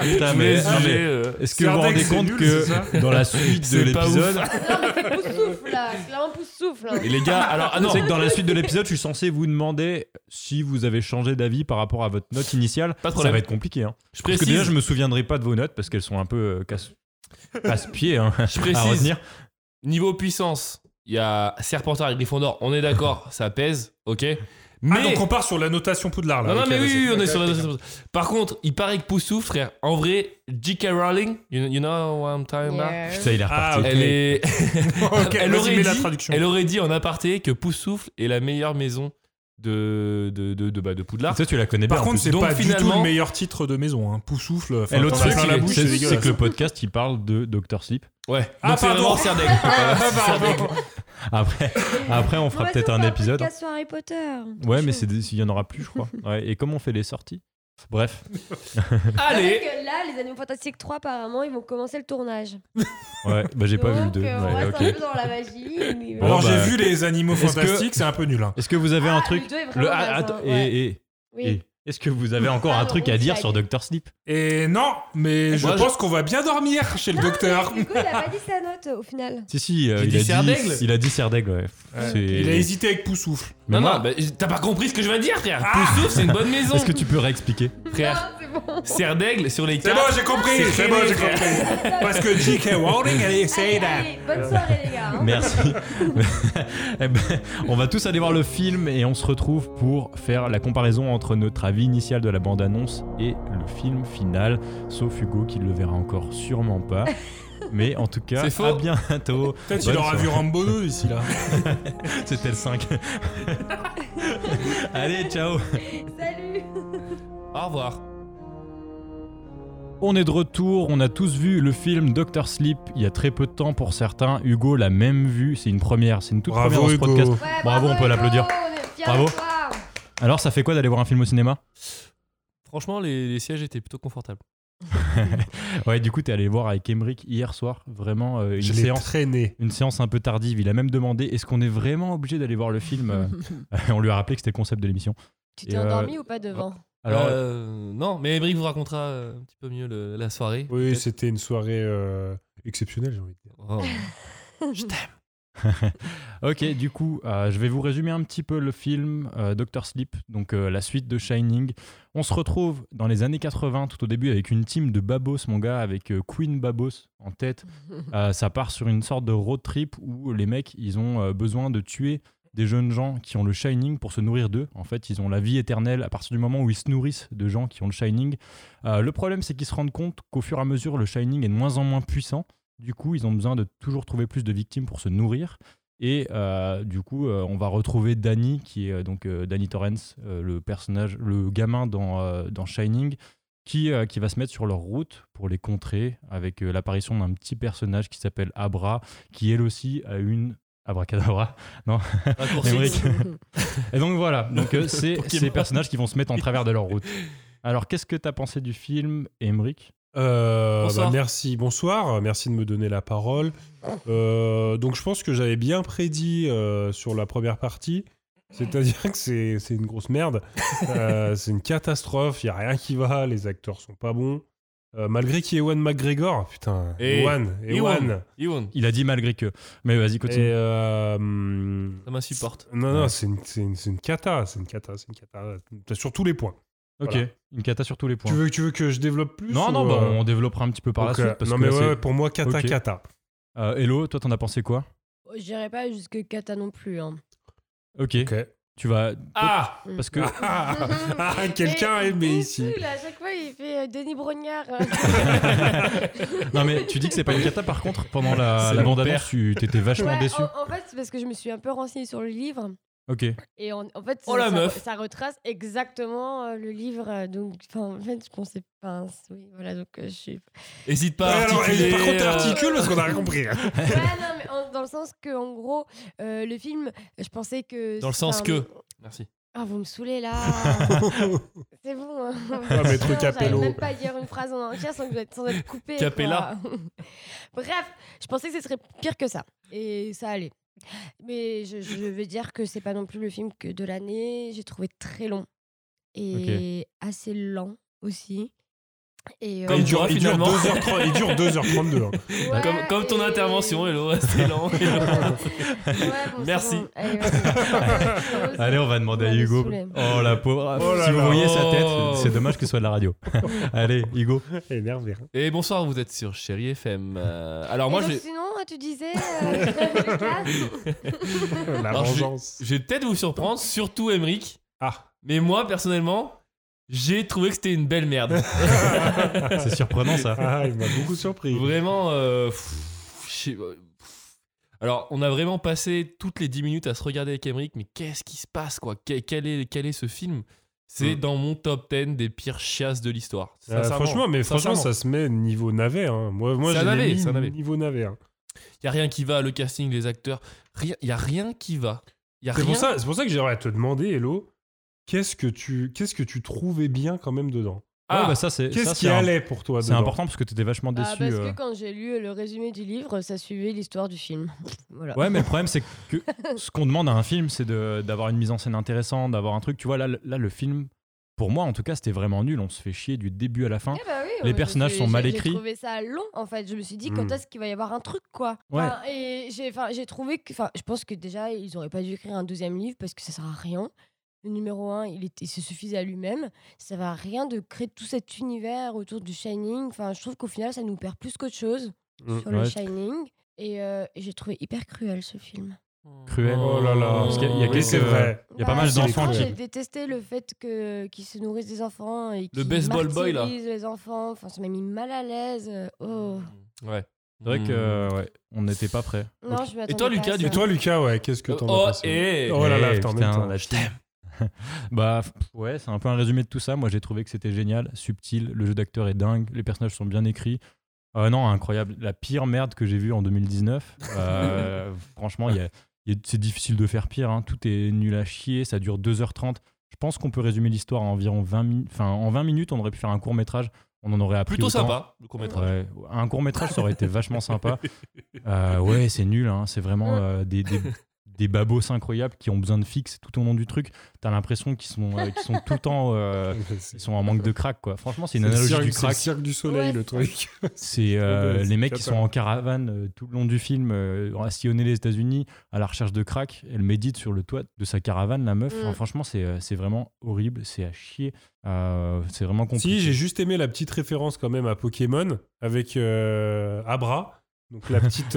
Speaker 7: Je
Speaker 6: mais-
Speaker 7: mets-
Speaker 6: non,
Speaker 7: je
Speaker 6: mais
Speaker 7: mets, euh,
Speaker 6: Est-ce que vous vous
Speaker 9: Sardaigne,
Speaker 6: rendez
Speaker 9: c'est
Speaker 6: compte
Speaker 9: nul, c'est ça
Speaker 6: que dans la suite de
Speaker 7: C'est pas ouf. Ah,
Speaker 6: l'épisode.
Speaker 8: Non, mais c'est pouce souffle là. C'est vraiment pouce souffle. hein.
Speaker 7: Et les gars, alors, ah non,
Speaker 6: C'est que dans la suite de l'épisode, je suis censé vous demander si vous avez changé d'avis par rapport à votre note initiale. ça
Speaker 7: Pas de problème.
Speaker 6: va être compliqué. Hein.
Speaker 7: je
Speaker 6: Parce que
Speaker 7: précise.
Speaker 6: déjà, je me souviendrai pas de vos notes parce qu'elles sont un peu euh, casse- casse-pieds hein,
Speaker 7: Je précise.
Speaker 6: à retenir.
Speaker 7: Niveau puissance, il y a Serpentard et Gryffondor, on est d'accord, ça pèse, ok
Speaker 9: Ah,
Speaker 7: Mais.
Speaker 9: donc on part sur la notation Poudlard. Là.
Speaker 7: non, non,
Speaker 9: Ok,
Speaker 7: mais oui,
Speaker 9: vas-y.
Speaker 7: oui, on est sur la Par contre, il paraît que Poussou, frère, en vrai, J.K. Rowling, you, you know what I'm talking about
Speaker 8: Yeah.
Speaker 6: Putain, il est
Speaker 9: Ah,
Speaker 6: reparti.
Speaker 9: ok.
Speaker 7: Elle est.
Speaker 9: Ok,
Speaker 7: elle,
Speaker 9: vas-y,
Speaker 7: aurait
Speaker 9: mets
Speaker 7: dit,
Speaker 9: la traduction.
Speaker 7: elle aurait dit en aparté que Poussoufle est la meilleure maison de, de, de, de, bah, de Poudlard.
Speaker 6: Toi, tu la connais
Speaker 9: Par
Speaker 6: bien. en
Speaker 9: contre,
Speaker 6: plus.
Speaker 9: c'est
Speaker 7: Donc,
Speaker 9: pas du tout
Speaker 7: finalement-
Speaker 9: le meilleur titre de maison. Hein. Poussoufle. enfin,
Speaker 6: Et l'autre
Speaker 9: t'en as
Speaker 6: truc,
Speaker 9: plein la
Speaker 6: c'est-
Speaker 9: bouche,
Speaker 6: c'est
Speaker 9: dégueulasse.
Speaker 6: c'est que le podcast, il parle de Dr. Sleep.
Speaker 7: Ouais.
Speaker 9: Ah,
Speaker 7: Donc, c'est
Speaker 9: pardon. Ah,
Speaker 7: vraiment Serdaigle. Voilà, c'est Serdaigle.
Speaker 6: Après, après on
Speaker 8: On
Speaker 6: fera
Speaker 8: va
Speaker 6: peut-être
Speaker 8: faire
Speaker 6: un épisode. hein.
Speaker 8: podcast sur Harry Potter.
Speaker 6: Ouais, mais c'est des- il y en aura plus, je crois. Ouais, et comment on fait les sorties Bref.
Speaker 7: Allez
Speaker 8: Parce que là, les Animaux Fantastiques 3, apparemment, ils vont commencer le tournage.
Speaker 6: Ouais, bah j'ai pas vu le
Speaker 8: Donc,
Speaker 6: 2.
Speaker 8: euh, on reste un peu dans la magie. mais voilà.
Speaker 9: Alors,
Speaker 6: Bon, bah,
Speaker 9: j'ai vu les animaux
Speaker 6: est-ce que-
Speaker 9: fantastiques, c'est un peu nul. hein.
Speaker 6: Est-ce que vous avez un
Speaker 8: Ah,
Speaker 6: truc
Speaker 8: le deux est vraiment
Speaker 6: le, ah,
Speaker 8: naze,
Speaker 6: attends,
Speaker 8: hein,
Speaker 6: et-
Speaker 8: ouais.
Speaker 6: et,
Speaker 8: Oui.
Speaker 6: et- est-ce que vous avez encore un
Speaker 8: Pardon,
Speaker 6: truc à
Speaker 8: on
Speaker 6: dire
Speaker 8: dirait.
Speaker 6: sur Dr. Sleep
Speaker 9: Et non, mais je
Speaker 7: moi, je-
Speaker 9: pense qu'on va bien dormir chez le docteur.
Speaker 8: Du coup, il a pas dit sa note au final.
Speaker 6: Si, si, euh,
Speaker 7: J'ai
Speaker 6: il,
Speaker 7: dit
Speaker 6: a dit,
Speaker 7: Serdaigle
Speaker 6: il a dit Serdaigle, ouais.
Speaker 9: Ouais.
Speaker 6: C'est-
Speaker 9: Il a hésité avec Poussoufle.
Speaker 6: Mais
Speaker 7: Non,
Speaker 6: moi-
Speaker 7: non, bah, t'as pas compris ce que je viens de dire, frère. Poussoufle, c'est une bonne maison.
Speaker 6: Est-ce que tu peux réexpliquer
Speaker 7: Frère.
Speaker 8: Ah, c'est bon.
Speaker 7: Serre d'aigle sur les
Speaker 9: C'est bon,
Speaker 7: cartes.
Speaker 9: j'ai compris.
Speaker 7: C'est
Speaker 9: C'est bon, j'ai
Speaker 7: fini.
Speaker 9: compris. Parce que J.K. Rowling, elle
Speaker 8: Allez,
Speaker 9: essaye de.
Speaker 8: allez, bonne soirée, les gars. hein.
Speaker 6: Merci. Eh ben, on va tous aller voir le film et on se retrouve pour faire la comparaison entre notre avis initial de la bande-annonce et le film final, sauf Hugo qui le verra encore sûrement pas. Mais en tout cas,
Speaker 7: C'est faux.
Speaker 6: à bientôt.
Speaker 9: Peut-être
Speaker 6: Bonne
Speaker 9: il aura
Speaker 6: soirée.
Speaker 9: vu Rambo 2 d'ici là.
Speaker 6: C'était le 5. Allez, ciao.
Speaker 8: Salut.
Speaker 7: Au revoir.
Speaker 6: On est de retour, on a tous vu le film Doctor Sleep il y a très peu de temps pour certains. Hugo l'a même vu, c'est une première, c'est une toute
Speaker 9: Bravo,
Speaker 6: première dans ce
Speaker 9: Hugo.
Speaker 6: podcast.
Speaker 8: Ouais,
Speaker 6: Bravo, on peut
Speaker 8: Hugo,
Speaker 6: l'applaudir.
Speaker 8: on est fiers
Speaker 6: Bravo.
Speaker 8: de toi.
Speaker 6: Alors, ça fait quoi d'aller voir un film au cinéma
Speaker 7: Franchement, les, les sièges étaient plutôt confortables.
Speaker 6: Ouais, du coup, t'es allé le voir avec Emmerich hier soir, vraiment euh, une
Speaker 9: Je l'ai
Speaker 6: séance.
Speaker 9: traîné.
Speaker 6: Une séance un peu tardive, il a même demandé est-ce qu'on est vraiment obligé d'aller voir le film Euh, On lui a rappelé que c'était le concept de l'émission.
Speaker 8: Tu
Speaker 6: Et,
Speaker 8: t'es
Speaker 6: euh,
Speaker 8: endormi ou pas devant
Speaker 6: Alors,
Speaker 7: Euh, non, mais Emmerich vous racontera euh, un petit peu mieux le- la soirée.
Speaker 9: Oui,
Speaker 7: peut-être.
Speaker 9: c'était une soirée euh, exceptionnelle, j'ai envie de dire.
Speaker 7: Oh.
Speaker 6: Ok, du coup, euh, je vais vous résumer un petit peu le film euh, Doctor Sleep, donc euh, la suite de Shining. On se retrouve dans les années 80, tout au début, avec une team de babos, mon gars, avec euh, Queen Babos en tête. Euh, ça part sur une sorte de road trip où les mecs, ils ont euh, besoin de tuer des jeunes gens qui ont le Shining pour se nourrir d'eux. En fait, ils ont la vie éternelle à partir du moment où ils se nourrissent de gens qui ont le Shining. Euh, le problème, c'est qu'ils se rendent compte qu'au fur et à mesure, le Shining est de moins en moins puissant. Du coup, ils ont besoin de toujours trouver plus de victimes pour se nourrir. Et euh, du coup, euh, on va retrouver Danny, qui est euh, donc euh, Danny Torrance, euh, le personnage, le gamin dans, euh, dans Shining, qui, euh, qui va se mettre sur leur route pour les contrer avec euh, l'apparition d'un petit personnage qui s'appelle Abra, qui elle aussi a une abracadabra.
Speaker 7: Raccourci.
Speaker 6: Émeric. Et donc voilà, donc euh, c'est
Speaker 7: Pokémon.
Speaker 6: ces personnages qui vont se mettre en travers de leur route. Alors, qu'est-ce que t'as pensé du film, Emric
Speaker 9: Euh,
Speaker 7: Bonsoir.
Speaker 9: bah, merci, bonsoir, merci de me donner la parole. Euh, donc je pense que j'avais bien prédit euh, sur la première partie, c'est-à-dire que c'est c'est une grosse merde, Euh, c'est une catastrophe, il n'y a rien qui va, les acteurs sont pas bons. Euh, malgré qu'il y ait Ewan McGregor, putain,
Speaker 7: Et-
Speaker 9: Ewan, Ewan.
Speaker 7: Ewan,
Speaker 6: Il a dit malgré que. Mais vas-y,
Speaker 9: Et,
Speaker 6: continue.
Speaker 9: euh, hum,
Speaker 7: ça m'insupporte.
Speaker 9: non, non,
Speaker 6: Ouais.
Speaker 9: c'est une, c'est une- c'est une cata, c'est une cata, c'est une cata, sur tous les points.
Speaker 6: ok,
Speaker 9: voilà.
Speaker 6: une cata sur tous les points.
Speaker 9: Tu veux, tu veux que je développe plus
Speaker 6: Non,
Speaker 9: ou,
Speaker 6: non, bah,
Speaker 9: euh,
Speaker 6: on développera un petit peu par
Speaker 9: ok.
Speaker 6: la suite. Parce
Speaker 9: non,
Speaker 6: que
Speaker 9: mais
Speaker 6: là, c'est-
Speaker 9: ouais, pour moi, cata,
Speaker 6: Ok.
Speaker 9: cata.
Speaker 6: Euh, Hello, toi t'en as pensé quoi
Speaker 8: J'irai pas jusque Kata non plus. hein.
Speaker 6: Ok.
Speaker 9: Ok.
Speaker 6: Tu vas.
Speaker 9: Ah
Speaker 6: Parce que.
Speaker 9: Ah, quelqu'un est aimé ici.
Speaker 8: Cool, à chaque fois, il fait euh, Denis Brognard.
Speaker 6: non, mais tu dis que c'est pas une cata, par contre, pendant la,
Speaker 7: C'est
Speaker 6: la
Speaker 7: mon
Speaker 6: bande-annonce, tu t'étais vachement
Speaker 8: Ouais, Oh.
Speaker 6: déçu.
Speaker 8: En, en fait, c'est parce que je me suis un peu renseignée sur le livre.
Speaker 6: Ok.
Speaker 8: Et en, en fait,
Speaker 7: Oh,
Speaker 8: ça,
Speaker 7: la
Speaker 8: ça-
Speaker 7: meuf.
Speaker 8: ça retrace exactement euh, le livre. euh, donc, enfin, en fait, je pensais pas. Oui, voilà, donc euh, je suis.
Speaker 7: Hésite pas
Speaker 9: Ouais,
Speaker 7: à
Speaker 9: alors,
Speaker 7: articuler,
Speaker 9: et par contre,
Speaker 7: euh,
Speaker 9: articule parce qu'on a rien compris.
Speaker 8: Ouais, non, mais en- dans le sens que, en gros, euh, le film, je pensais que.
Speaker 7: Dans le sens
Speaker 8: enfin,
Speaker 7: que. Merci.
Speaker 8: Ah, vous me saoulez là C'est bon. Hein.
Speaker 9: Ah, mais truc
Speaker 8: J'arrive
Speaker 9: Capello.
Speaker 8: même pas à dire une phrase en entière sans, que- sans être coupé.
Speaker 7: Capella.
Speaker 8: Bref, je pensais que ce serait pire que ça. Et ça allait. Mais je, je vais dire que c'est pas non plus le film que de l'année. J'ai trouvé très long. Et assez lent aussi. Et, euh,
Speaker 7: Comme
Speaker 9: Il
Speaker 7: toi,
Speaker 9: dure, il dure
Speaker 7: finalement.
Speaker 9: 2h30 il dure 2h32. hein.
Speaker 8: ouais,
Speaker 7: comme, comme ton
Speaker 8: et-
Speaker 7: intervention, Hello, c'est lent.
Speaker 8: Ouais, bon, c'est
Speaker 7: Merci.
Speaker 8: bon. Allez, vas-y.
Speaker 6: Allez, on va demander à
Speaker 8: Ouais, me
Speaker 6: Hugo.
Speaker 8: saouler.
Speaker 6: Oh la pauvre.
Speaker 9: Oh là
Speaker 6: si vous
Speaker 9: là.
Speaker 6: voyez sa tête,
Speaker 7: Oh.
Speaker 6: c'est dommage que ce soit de la radio. Allez, Hugo.
Speaker 9: Énervé. hein.
Speaker 7: Et bonsoir, vous êtes sur Chéri FM. Euh, alors
Speaker 8: Et
Speaker 7: moi,
Speaker 8: donc,
Speaker 7: j'ai-
Speaker 8: sinon, tu disais. euh, je t'avais le casque.
Speaker 9: La
Speaker 7: Alors, je vais-
Speaker 9: vengeance.
Speaker 7: je vais peut-être vous surprendre, surtout Emric.
Speaker 9: Ah,
Speaker 7: Mais moi, personnellement, j'ai trouvé que c'était une belle merde.
Speaker 6: C'est surprenant ça.
Speaker 9: ah, il m'a beaucoup surpris.
Speaker 7: vraiment. euh, pff, je sais- euh, pff. Alors, on a vraiment passé toutes les 10 minutes à se regarder avec Emric, mais qu'est-ce qui se passe, quoi Que- quel est, quel est ce film C'est dans mon top 10 des pires chiasses de l'histoire.
Speaker 9: Mm. Euh,
Speaker 7: Sincèrement.
Speaker 9: franchement, mais franchement,
Speaker 7: Sincèrement.
Speaker 9: ça se met niveau navet. hein. Moi, moi
Speaker 7: C'est un
Speaker 9: j'ai
Speaker 7: navet,
Speaker 9: mis
Speaker 7: c'est un navet.
Speaker 9: niveau navet. hein.
Speaker 7: Il n'y a rien qui va, le casting, les acteurs. Il n'y a rien qui va. Y a
Speaker 9: C'est
Speaker 7: rien.
Speaker 9: pour ça, c'est pour ça que j'aimerais te demander, Hello, qu'est-ce que tu, qu'est-ce que tu trouvais bien quand même dedans
Speaker 7: Ah,
Speaker 6: Ouais, bah, ça, c'est, ça,
Speaker 9: Qu'est-ce
Speaker 6: c'est
Speaker 9: qui
Speaker 6: un-
Speaker 9: allait pour toi
Speaker 6: C'est
Speaker 9: dedans
Speaker 6: important parce que t'étais vachement
Speaker 8: Ah,
Speaker 6: déçu.
Speaker 8: parce
Speaker 6: euh.
Speaker 8: que quand j'ai lu le résumé du livre, ça suivait l'histoire du film. Voilà.
Speaker 6: Ouais, mais le problème, c'est que ce qu'on demande à un film, c'est de- d'avoir une mise en scène intéressante, d'avoir un truc. Tu vois, là, le- là, le film, pour moi, en tout cas, c'était vraiment nul. On se fait chier du début à la fin.
Speaker 8: Eh bah oui,
Speaker 6: Les
Speaker 8: ouais,
Speaker 6: personnages
Speaker 8: j'ai-
Speaker 6: sont mal
Speaker 8: j'ai-
Speaker 6: écrits. Hmm.
Speaker 8: J'ai trouvé ça long en fait. Je me suis dit quand
Speaker 9: Mm.
Speaker 8: est-ce qu'il va y avoir un truc quoi.
Speaker 6: Ouais.
Speaker 8: Enfin, et j'ai enfin, j'ai trouvé que enfin je pense que déjà ils auraient pas dû écrire un deuxième livre parce que ça sert à rien. Le numéro 1, il, est, il se suffisait à lui-même. Ça va à rien de créer tout cet univers autour du Shining. Enfin, je trouve qu'au final, ça nous perd plus qu'autre chose
Speaker 9: Mm.
Speaker 8: sur le
Speaker 6: Hmm. Ouais.
Speaker 8: Shining. Et euh, j'ai trouvé hyper cruel ce film.
Speaker 6: Cruel.
Speaker 9: Oh là là.
Speaker 6: Parce qu'il y a
Speaker 9: Oui,
Speaker 6: quelques-
Speaker 9: c'est vrai.
Speaker 6: Il y a pas mal
Speaker 8: c'est
Speaker 6: d'enfants
Speaker 8: vrai,
Speaker 6: qui-
Speaker 8: J'ai détesté le fait que qu'ils se nourrissent des enfants et qu'ils
Speaker 7: baseball
Speaker 8: martyrisent
Speaker 7: boy, là.
Speaker 8: les enfants. Enfin, ça m'a mis mal à l'aise. Oh.
Speaker 7: Ouais.
Speaker 6: C'est vrai
Speaker 9: Mmh.
Speaker 6: que, euh, ouais, on n'était pas prêts.
Speaker 8: Non, je m'attendais
Speaker 7: Et toi,
Speaker 8: pas à
Speaker 7: Lucas, du
Speaker 8: ça.
Speaker 9: Et toi, Lucas, ouais, qu'est-ce que t'en as
Speaker 7: Oh,
Speaker 9: pensé
Speaker 7: et-
Speaker 9: Oh là là,
Speaker 6: Eh,
Speaker 9: putain, en même
Speaker 6: putain,
Speaker 9: temps.
Speaker 6: là, je t'aime. bah f- ouais, c'est un peu un résumé de tout ça. Moi, j'ai trouvé que c'était génial, subtil. Le jeu d'acteur est dingue. Les personnages sont bien écrits. Euh, non, incroyable. La pire merde que j'ai vue en 2019. Euh, franchement, il y a- il y a- c'est difficile de faire pire. hein. Tout est nul à chier. Ça dure 2h30. Je pense qu'on peut résumer l'histoire en environ 20 minutes. Enfin, en 20 minutes, on aurait pu faire un court métrage. On en aurait appris
Speaker 7: Plutôt
Speaker 6: autant.
Speaker 7: sympa, le court-métrage.
Speaker 6: Ouais, un court métrage, ça aurait été vachement sympa. Euh, ouais, c'est nul. hein. C'est vraiment euh, des, des, des babos incroyables qui ont besoin de fixe tout au long du truc. T'as l'impression qu'ils sont, euh, qu'ils sont tout le temps. euh, ils sont en manque de crack, quoi. Franchement, c'est une
Speaker 9: le
Speaker 6: analogie
Speaker 9: cirque-
Speaker 6: du
Speaker 9: c'est le
Speaker 6: crack.
Speaker 9: cirque du soleil,
Speaker 8: Ouais. bah,
Speaker 9: le truc.
Speaker 6: C'est euh,
Speaker 9: Ouais, c'est
Speaker 6: les mecs qui sont
Speaker 9: capable.
Speaker 6: en caravane euh, tout le long du film, euh, à sillonner les États-Unis à la recherche de crack. Elle médite sur le toit de sa caravane, la meuf.
Speaker 8: Mm.
Speaker 6: Enfin, franchement, c'est euh, c'est vraiment horrible. C'est à chier. Euh, c'est vraiment compliqué.
Speaker 9: Si, j'ai juste aimé la petite référence quand même à Pokémon avec euh, Abra. Donc la petite,